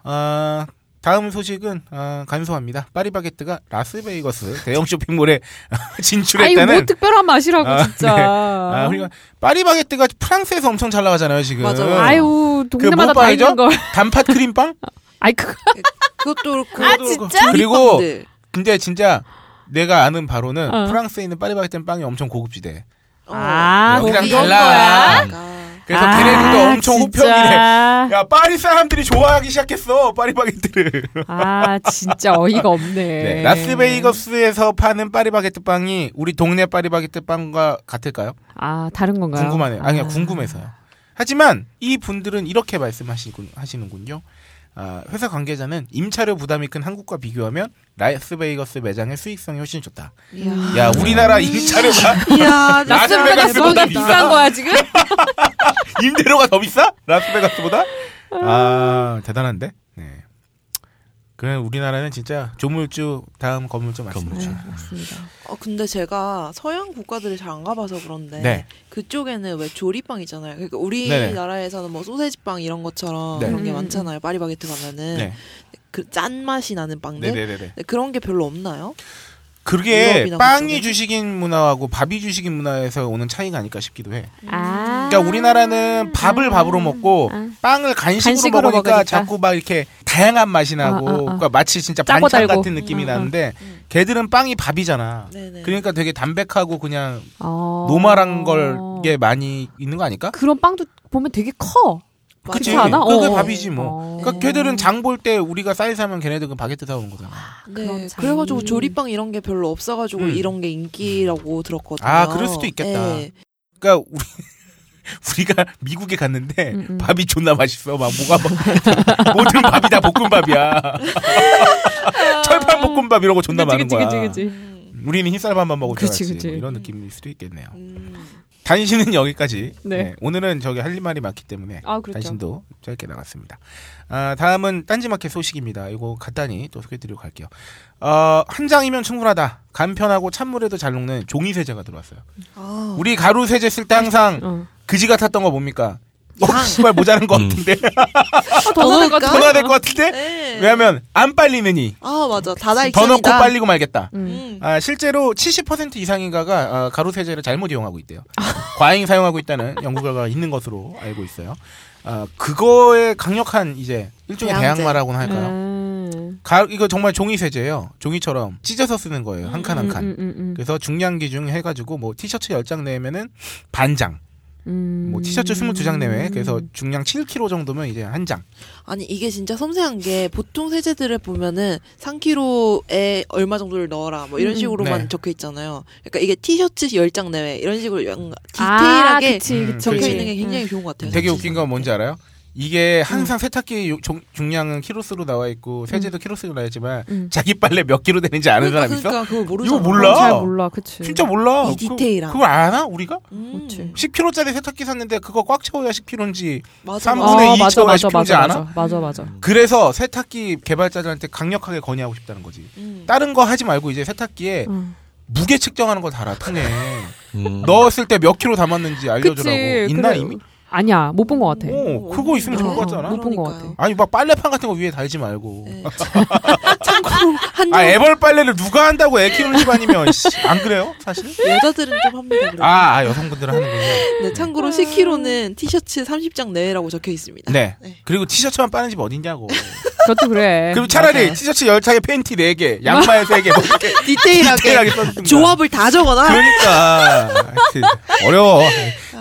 아, 다음 소식은 아, 간소합니다. 파리바게뜨가 라스베이거스 대형 쇼핑몰에
아이고
진출했다는.
뭐 특별한 맛이라고
아,
진짜.
네. 아, 우리가 파리바게뜨가 프랑스에서 엄청 잘 나가잖아요 지금.
맞아요.
아유 동네마다
그못
다
봐야죠?
있는 걸.
단팥 크림빵?
아이 그
어.
그것도 그
아 진짜? 그리고
들
근데 진짜 내가 아는 바로는
어.
프랑스에 있는 파리바게뜨 빵이 엄청 고급지대.
어.
아,
여기랑
그런
달라.
그러니까.
그래서
아,
걔네들도 엄청
진짜.
호평이래. 야 파리 사람들이 좋아하기 시작했어 파리바게뜨를.
아 진짜 어이가 없네.
네, 라스베이거스에서 파는 파리바게뜨 빵이 우리 동네 파리바게뜨 빵과 같을까요?
아 다른 건가요?
궁금하네요. 아니, 그냥 궁금해서요. 하지만 이 분들은 이렇게 말씀하시는군요. 아, 회사 관계자는 임차료 부담이 큰 한국과 비교하면 라스베이거스 매장의 수익성이 훨씬 좋다.
이야.
야, 우리나라 임차료가
이야,
라스베가스보다
라스베가스보다
비싸.
비싼 거야 지금?
임대료가 더 비싸? 라스베가스보다? 아, 대단한데. 네. 그 우리나라는 진짜 조물주 다음 건물주 맞습니다.
건물주.
맞습니다.
어, 근데 제가 서양 국가들을 잘 안 가봐서 그런데
네.
그쪽에는 왜 조리빵 있잖아요. 그러니까
네네.
우리나라에는 뭐 소세지빵 이런 것처럼
네.
그런 게
음,
많잖아요. 파리바게트 가면은
네.
그 짠맛이 나는 빵들.
네네네네.
네, 그런 게 별로 없나요?
그게
유럽이나
빵이
그쪽에?
주식인 문화하고 밥이 주식인 문화에서 오는 차이가 아닐까 싶기도 해.
아.
그러니까 우리나라는 밥을 밥으로 먹고
아.
빵을 간식으로,
간식으로
먹으니까,
먹으니까.
자꾸 막 이렇게 다양한 맛이 나고
아, 아, 아.
그러니까 마치 진짜
짜고
반찬
달고.
같은 느낌이
음, 음,
나는데 걔들은 빵이 밥이잖아.
네네.
그러니까 되게 담백하고 그냥
어.
노말한 걸게 많이 있는 거 아닐까?
그런 빵도 보면 되게 커.
맞아요.
그치 않아?
그게
어.
밥이지 뭐.
어.
그러니까 걔들은 장 볼 때 우리가 쌀 사면 걔네들은 바게트 사오는 거잖아.
네,
그런 장이.
그래가지고 조리빵 이런 게 별로 없어가지고
음.
이런 게 인기라고 들었거든요.
아, 그럴 수도 있겠다.
네.
그러니까 우리 우리가 미국에 갔는데
음, 음.
밥이 존나 맛있어. 막 뭐가 막 모든 밥이 다 볶음밥이야. 철판 볶음밥 이런 거 존나 많은
아. 그치,
거야.
그치, 그치.
우리는 흰쌀밥만 먹고
그치,
자랐지.
그치.
뭐 이런 느낌일 수도 있겠네요.
음.
단신은 여기까지. 네.
네.
오늘은 저기 할 말이 많기 때문에
아, 그렇죠.
단신도 짧게 나갔습니다. 아, 다음은 딴지마켓 소식입니다. 이거 간단히 또 소개해드리고 갈게요. 어, 한 장이면 충분하다. 간편하고 찬물에도 잘 녹는 종이 세제가 들어왔어요.
아,
우리 가루 세제 쓸 때 항상
어.
그지 같았던 거 뭡니까? 어, 정말 모자란 것
음.
같은데.
아, 더 넣을 것
넣을까?
더 넣어야 될 것 같은데?
네.
왜냐면, 안 빨리느니.
아 맞아 다다익
더 넣고 빨리고 말겠다.
음.
아, 실제로 70% 이상인가가 아, 가루 세제를 잘못 이용하고 있대요. 과잉 사용하고 있다는 연구 결과가 있는 것으로 알고 있어요. 아, 그거에 강력한 이제 일종의
대항제.
대항마라고나 할까요?
음.
가, 이거 정말 종이 세제예요. 종이처럼 찢어서 쓰는 거예요. 한 칸 한 칸.
음, 음, 음,
그래서 중량 기준 해가지고 뭐 티셔츠 10장 내면은 반장,
음.
뭐 티셔츠 22장 내외. 그래서 중량 7kg 정도면 이제 한 장.
아니 이게 진짜 섬세한 게 보통 세제들을 보면은 3kg에 얼마 정도를 넣어라 뭐 이런
음,
식으로만
네.
적혀 있잖아요. 그러니까 이게 티셔츠 10장 내외 이런 식으로 뭔가
아,
디테일하게
그치, 그치.
적혀
음, 그치.
있는 게 굉장히 좋은 것 같아요.
되게
사실.
웃긴 뭐, 건 뭔지 알아요?
음.
이게 항상 세탁기 요- 종- 중량은 키로수로 나와 있고 세제도 키로수로 나와 있지만
음.
자기 빨래 몇 키로 되는지 아는
그러니까,
사람 있어?
그러니까 그걸 모르잖아.
이거 몰라?
잘 몰라, 그치.
진짜 몰라.
이 디테일함.
그, 그걸 아나 우리가?
음,
그치.
10kg짜리 세탁기 샀는데 그거 꽉 채워야 10kg인지
맞아.
삼-
맞아.
분의
어,
이
맞아,
채워야
맞아,
시키는지
맞아,
않아?
맞아, 맞아, 맞아.
그래서 세탁기 개발자들한테 강력하게 건의하고 싶다는 거지.
음.
다른 거 하지 말고 이제 세탁기에
음.
무게 측정하는 거 달아 통에
음.
넣었을 때 몇 킬로 담았는지 알려주라고
그치,
있나
그래.
이미?
아니야, 못 본 것 같아.
어, 그거 있으면 좋을 것 같지 않아?
못본것
그러니까요.
아니 막 빨래판 같은 거 위에 달지 말고.
네. 참고로 한
아 애벌 빨래를 누가 한다고 애 키우는 집안이면 씨, 안 그래요 사실?
여자들은 좀 합니다. 그래도.
아, 아 여성분들은 하는군요.
네, 참고로 10kg는 티셔츠 30장 내외라고 적혀 있습니다.
네.
네.
그리고 티셔츠만 빠는 집 어딨냐고.
그것도 그래.
그럼 차라리
맞아요.
티셔츠 열 차에 팬티 4개, 양말 3개, 뭐 이렇게
디테일하게
디테일하게 써주든가.
조합을 다 적어놔.
그러니까 하여튼 어려워.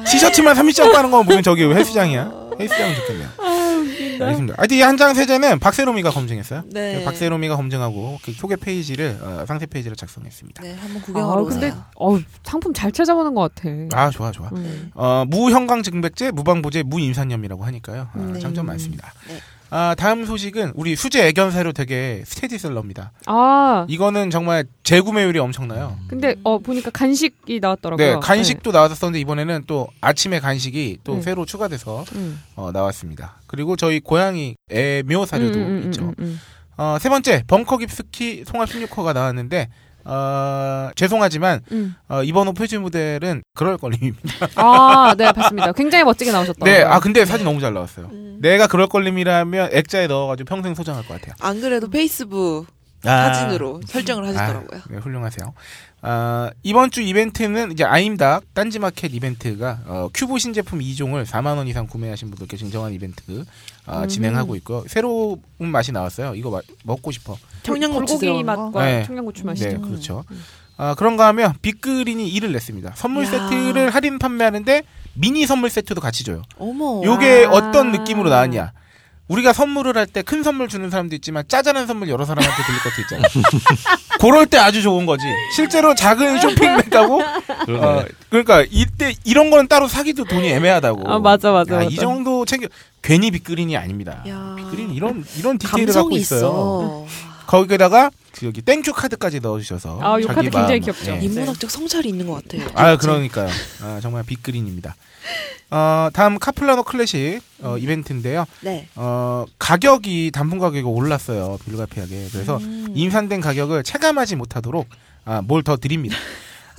티셔츠만 30장 빠는 건 보면 저기 헬스장이야. 헬스장은 좋겠네요.
아,
알겠습니다. 하여튼 이 한 장 세제는 박세롬이가 검증했어요.
네.
박세롬이가 검증하고 그 소개 페이지를 어, 상세 페이지를 작성했습니다.
네, 한번 구경하러
아, 근데
오세요.
어, 상품 잘 찾아보는 것 같아.
아 좋아 좋아.
음.
어, 무형광증백제, 무방부제, 무임산염이라고 하니까요. 아,
네.
장점 많습니다.
네.
아, 다음 소식은 우리 수제 애견사료 되게 스테디셀러입니다.
아,
이거는 정말 재구매율이 엄청나요.
근데 어 보니까 간식이 나왔더라고요.
음. 네, 간식도 나왔었는데 이번에는 또 아침에 간식이 또
음.
새로 추가돼서
네. 음.
어, 나왔습니다. 그리고 저희 고양이 애묘 사료도
음, 음, 음,
있죠.
음, 음.
어, 세 번째 벙커 깁스키 송합 16호가 나왔는데 어, 죄송하지만
음.
어, 이번 오표지 모델은 그럴 걸림입니다.
아, 네, 봤습니다. 굉장히 멋지게 나오셨다.
네, 아 근데 사진 너무 잘 나왔어요.
음.
내가 그럴 걸림이라면 액자에 넣어가지고 평생 소장할 것 같아요.
안 그래도 페이스북 아. 사진으로 설정을 하셨더라고요.
아, 네, 훌륭하세요. 아, 이번 주 이벤트는 이제 아임닭 딴지마켓 이벤트가 어, 큐브 신제품 2종을 4만 원 이상 구매하신 분들께 증정한 이벤트
음.
아, 진행하고 있고요. 새로운 맛이 나왔어요. 이거 마- 먹고 싶어.
청양고추
불고기
들어간 거.
맛과
네.
청양고추 맛이.
네,
맛있죠. 음.
그렇죠. 아, 그런가 하면 빅그린이 이를 냈습니다. 선물
야.
세트를 할인 판매하는데 미니 선물 세트도 같이 줘요.
어머.
요게
아.
어떤 느낌으로 나왔냐? 우리가 선물을 할 때 큰 선물 주는 사람도 있지만 짜잘한 선물 여러 사람한테 드릴 것도 있잖아. 그럴 때 아주 좋은 거지. 실제로 작은 쇼핑백하고
그러네.
어, 그러니까 이때 이런 거는 따로 사기도 돈이 애매하다고.
아, 맞아, 맞아,
야,
맞아.
이 정도 챙겨 괜히 빅그린이 아닙니다.
야.
빅그린 이런 이런 디테일을 갖고
감성이
있어요.
있어.
거기에다가 그 여기 땡큐 카드까지 넣어주셔서
아, 요
자기
카드 굉장히
마음,
귀엽죠.
예.
인문학적 성찰이 있는 것 같아요.
아 그러니까요. 아, 정말 빅그린입니다. 어, 다음 카플라노 클래식 어, 이벤트인데요.
네.
어, 가격이 단품 가격이 올랐어요. 불가피하게. 그래서 임산된 가격을 체감하지 못하도록 아, 뭘 더 드립니다.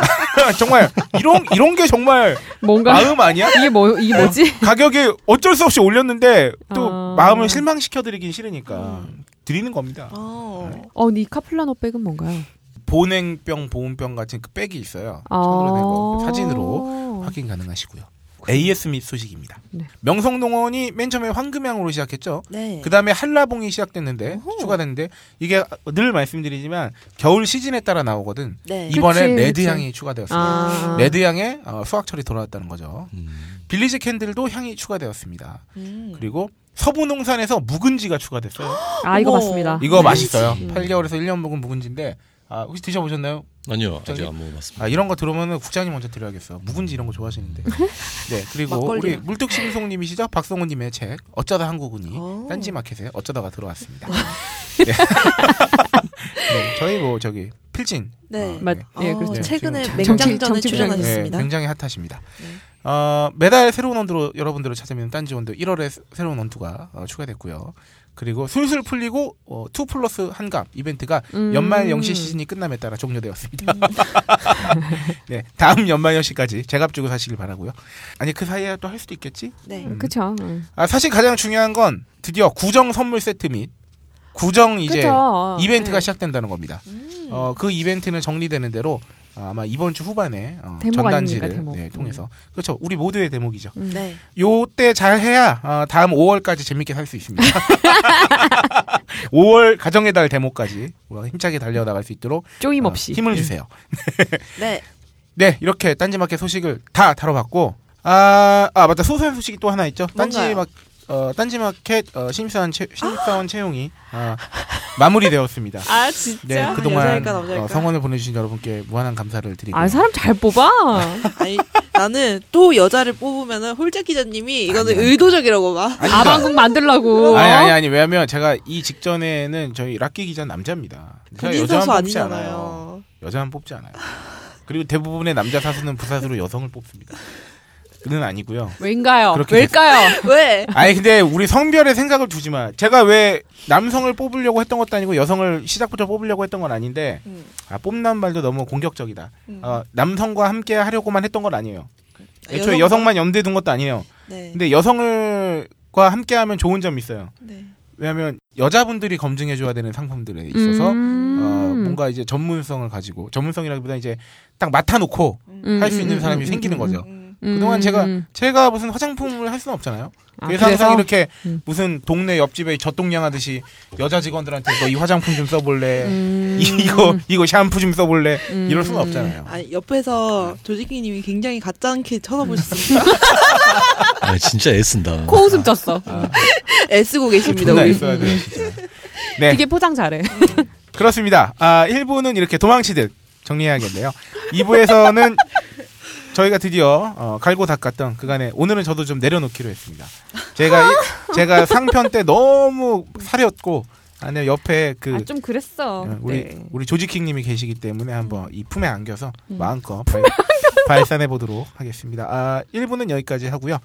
정말 이런 이런 게 정말
뭔가
마음 아, 아니야?
이게 뭐 이게
네.
뭐지?
가격이 어쩔 수 없이 올렸는데 또
아.
마음을 실망시켜 드리긴 싫으니까 드리는 겁니다. 아.
어.
어, 니 카플라노 백은 뭔가요?
보냉병, 보온병 같은 그 백이 있어요.
아.
참고로 된거 사진으로 확인 가능하시고요. AS 및 소식입니다.
네.
명성농원이 맨 처음에 황금향으로 시작했죠.
네.
그 다음에 한라봉이 시작됐는데
어허.
추가됐는데 이게 늘 말씀드리지만 겨울 시즌에 따라 나오거든.
네.
이번에
그치, 그치.
레드향이 추가되었습니다.
아.
레드향에 어, 수확철이 돌아왔다는 거죠.
음.
빌리지 캔들도 향이 추가되었습니다.
음.
그리고 서부농산에서 묵은지가 추가됐어요.
아, 이거
어머.
봤습니다.
이거 맛있어요.
묵은지.
8개월에서 1년 묵은 묵은지인데 아, 혹시 드셔보셨나요?
아니요
저기-
아직 안 먹어봤습니다.
아, 이런 거 들어오면 국장님 먼저 드려야겠어. 묵은지 이런 거 좋아하시는데. 네, 그리고
막걸리.
우리 물뚝심송님이시죠? 박성훈님의 책 어쩌다 한국은이
오.
딴지마켓에 어쩌다가 들어왔습니다. 네. 네, 저희 뭐 저기 필진.
네.
어,
맞. 예,
어,
그렇죠.
최근에
지금
정치-
맹장전에
정치
네,
출연하셨습니다.
굉장히 핫하십니다.
예, 네.
어, 매달 새로운 원두로 여러분들을 찾으면 딴지 원두 1월에 새로운 원두가 어, 추가됐고요. 그리고 술술 풀리고 어, 2 플러스 한갑 이벤트가
음.
연말 영시 시즌이 끝남에 따라 종료되었습니다. 네, 다음 연말 영시까지 제값 주고 사시길 바라고요. 아니 그 사이에 또 할 수도 있겠지?
네.
음.
그쵸. 어. 응.
아, 사실 가장 중요한 건 드디어 구정 선물 세트 및 구정 이제
그쵸.
이벤트가
네. 음.
시작된다는 겁니다. 어, 그 이벤트는 정리되는 대로 아, 아마 이번 주 후반에 어,
대목
전단지를
아닙니까, 대목.
네, 통해서 그렇죠. 우리 모두의 대목이죠.
네.
요때 잘 해야 어, 다음 5월까지 재밌게 살 수 있습니다. 5월 가정의 달 대목까지 우리가 힘차게 달려나갈 수 있도록
쪼임
어,
없이
힘을
예.
주세요.
네.
네, 이렇게 딴지마켓 소식을 다 다뤄봤고 아, 아 맞다 소소한 소식이 또 하나 있죠.
뭔가요?
딴지마 어, 딴지마켓 어, 신입사원 채, 신입사원 채용이 아, 마무리되었습니다.
아 진짜.
네, 그동안
여자일까 남자일까.
어, 성원을 보내주신 여러분께 무한한 감사를 드리고
아 사람 잘 뽑아
아니 나는 또 여자를 뽑으면은 홀짝 기자님이 이거는
아니, 네. 아니.
의도적이라고 막.
아방국 만들라고
아니 아니 아니 왜냐면 제가 이 직전에는 저희 락기 기자 는 남자입니다. 제가
본인
여자만
선수
뽑지 않아요.
그 아니잖아요.
여자만 뽑지 않아요. 그리고 대부분의 남자 사수는 부사수로 여성을 뽑습니다. 그는 아니고요.
왜인가요
그렇게
왜일까요
왜?
아니 근데 우리 성별의 생각을 두지 마. 제가 왜 남성을 뽑으려고 했던 것도 아니고 여성을 시작부터 뽑으려고 했던 건 아닌데
음.
아, 뽑는 말도 너무 공격적이다.
음.
어, 남성과 함께 하려고만 했던 건 아니에요. 애초에
여성과-
네, 여성만 염두에 둔 것도 아니에요.
네.
근데 여성을과 함께하면 좋은 점이 있어요.
네.
왜냐하면 여자분들이 검증해줘야 되는 상품들에 있어서 어,
음.
음.
뭔가 이제 전문성을 가지고 전문성이라기보다 이제 딱 맡아놓고 뭐, 할 수 있는 사람이 생기는 거죠.
음.
그동안 제가 제가 무슨 화장품을 할 수는 없잖아요.
아,
그래서 항상
그래서?
이렇게
음.
무슨 동네 옆집에 젖동량 하듯이 여자 직원들한테 너 이 화장품 좀 써볼래, 이, 거 이거 샴푸 좀 써볼래 이럴 수는 없잖아요.
아니 옆에서 조직기님이 굉장히 가짜않게 쳐다보셨습니다.
아, 진짜 애쓴다.
코웃음 쳤어
애쓰고 계십니다.
존나
우리.
있어야 돼요, 진짜. 네,
되게 포장 잘해
그렇습니다. 아, 1부는 이렇게 도망치듯 정리해야겠네요. 2부에서는 저희가 드디어 어, 갈고 닦았던 그간에 오늘은 저도 좀 내려놓기로 했습니다. 제가 이- 제가 상편 때 너무 사렸고 아니 옆에 그
아 좀 그랬어 네.
어, 우리
그때.
우리 조지킹님이 계시기 때문에 한번 이 품에 안겨서
음.
마음껏 발, 발산해 보도록 하겠습니다. 아, 1부는 여기까지 하고요.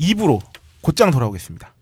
2부로 곧장 돌아오겠습니다.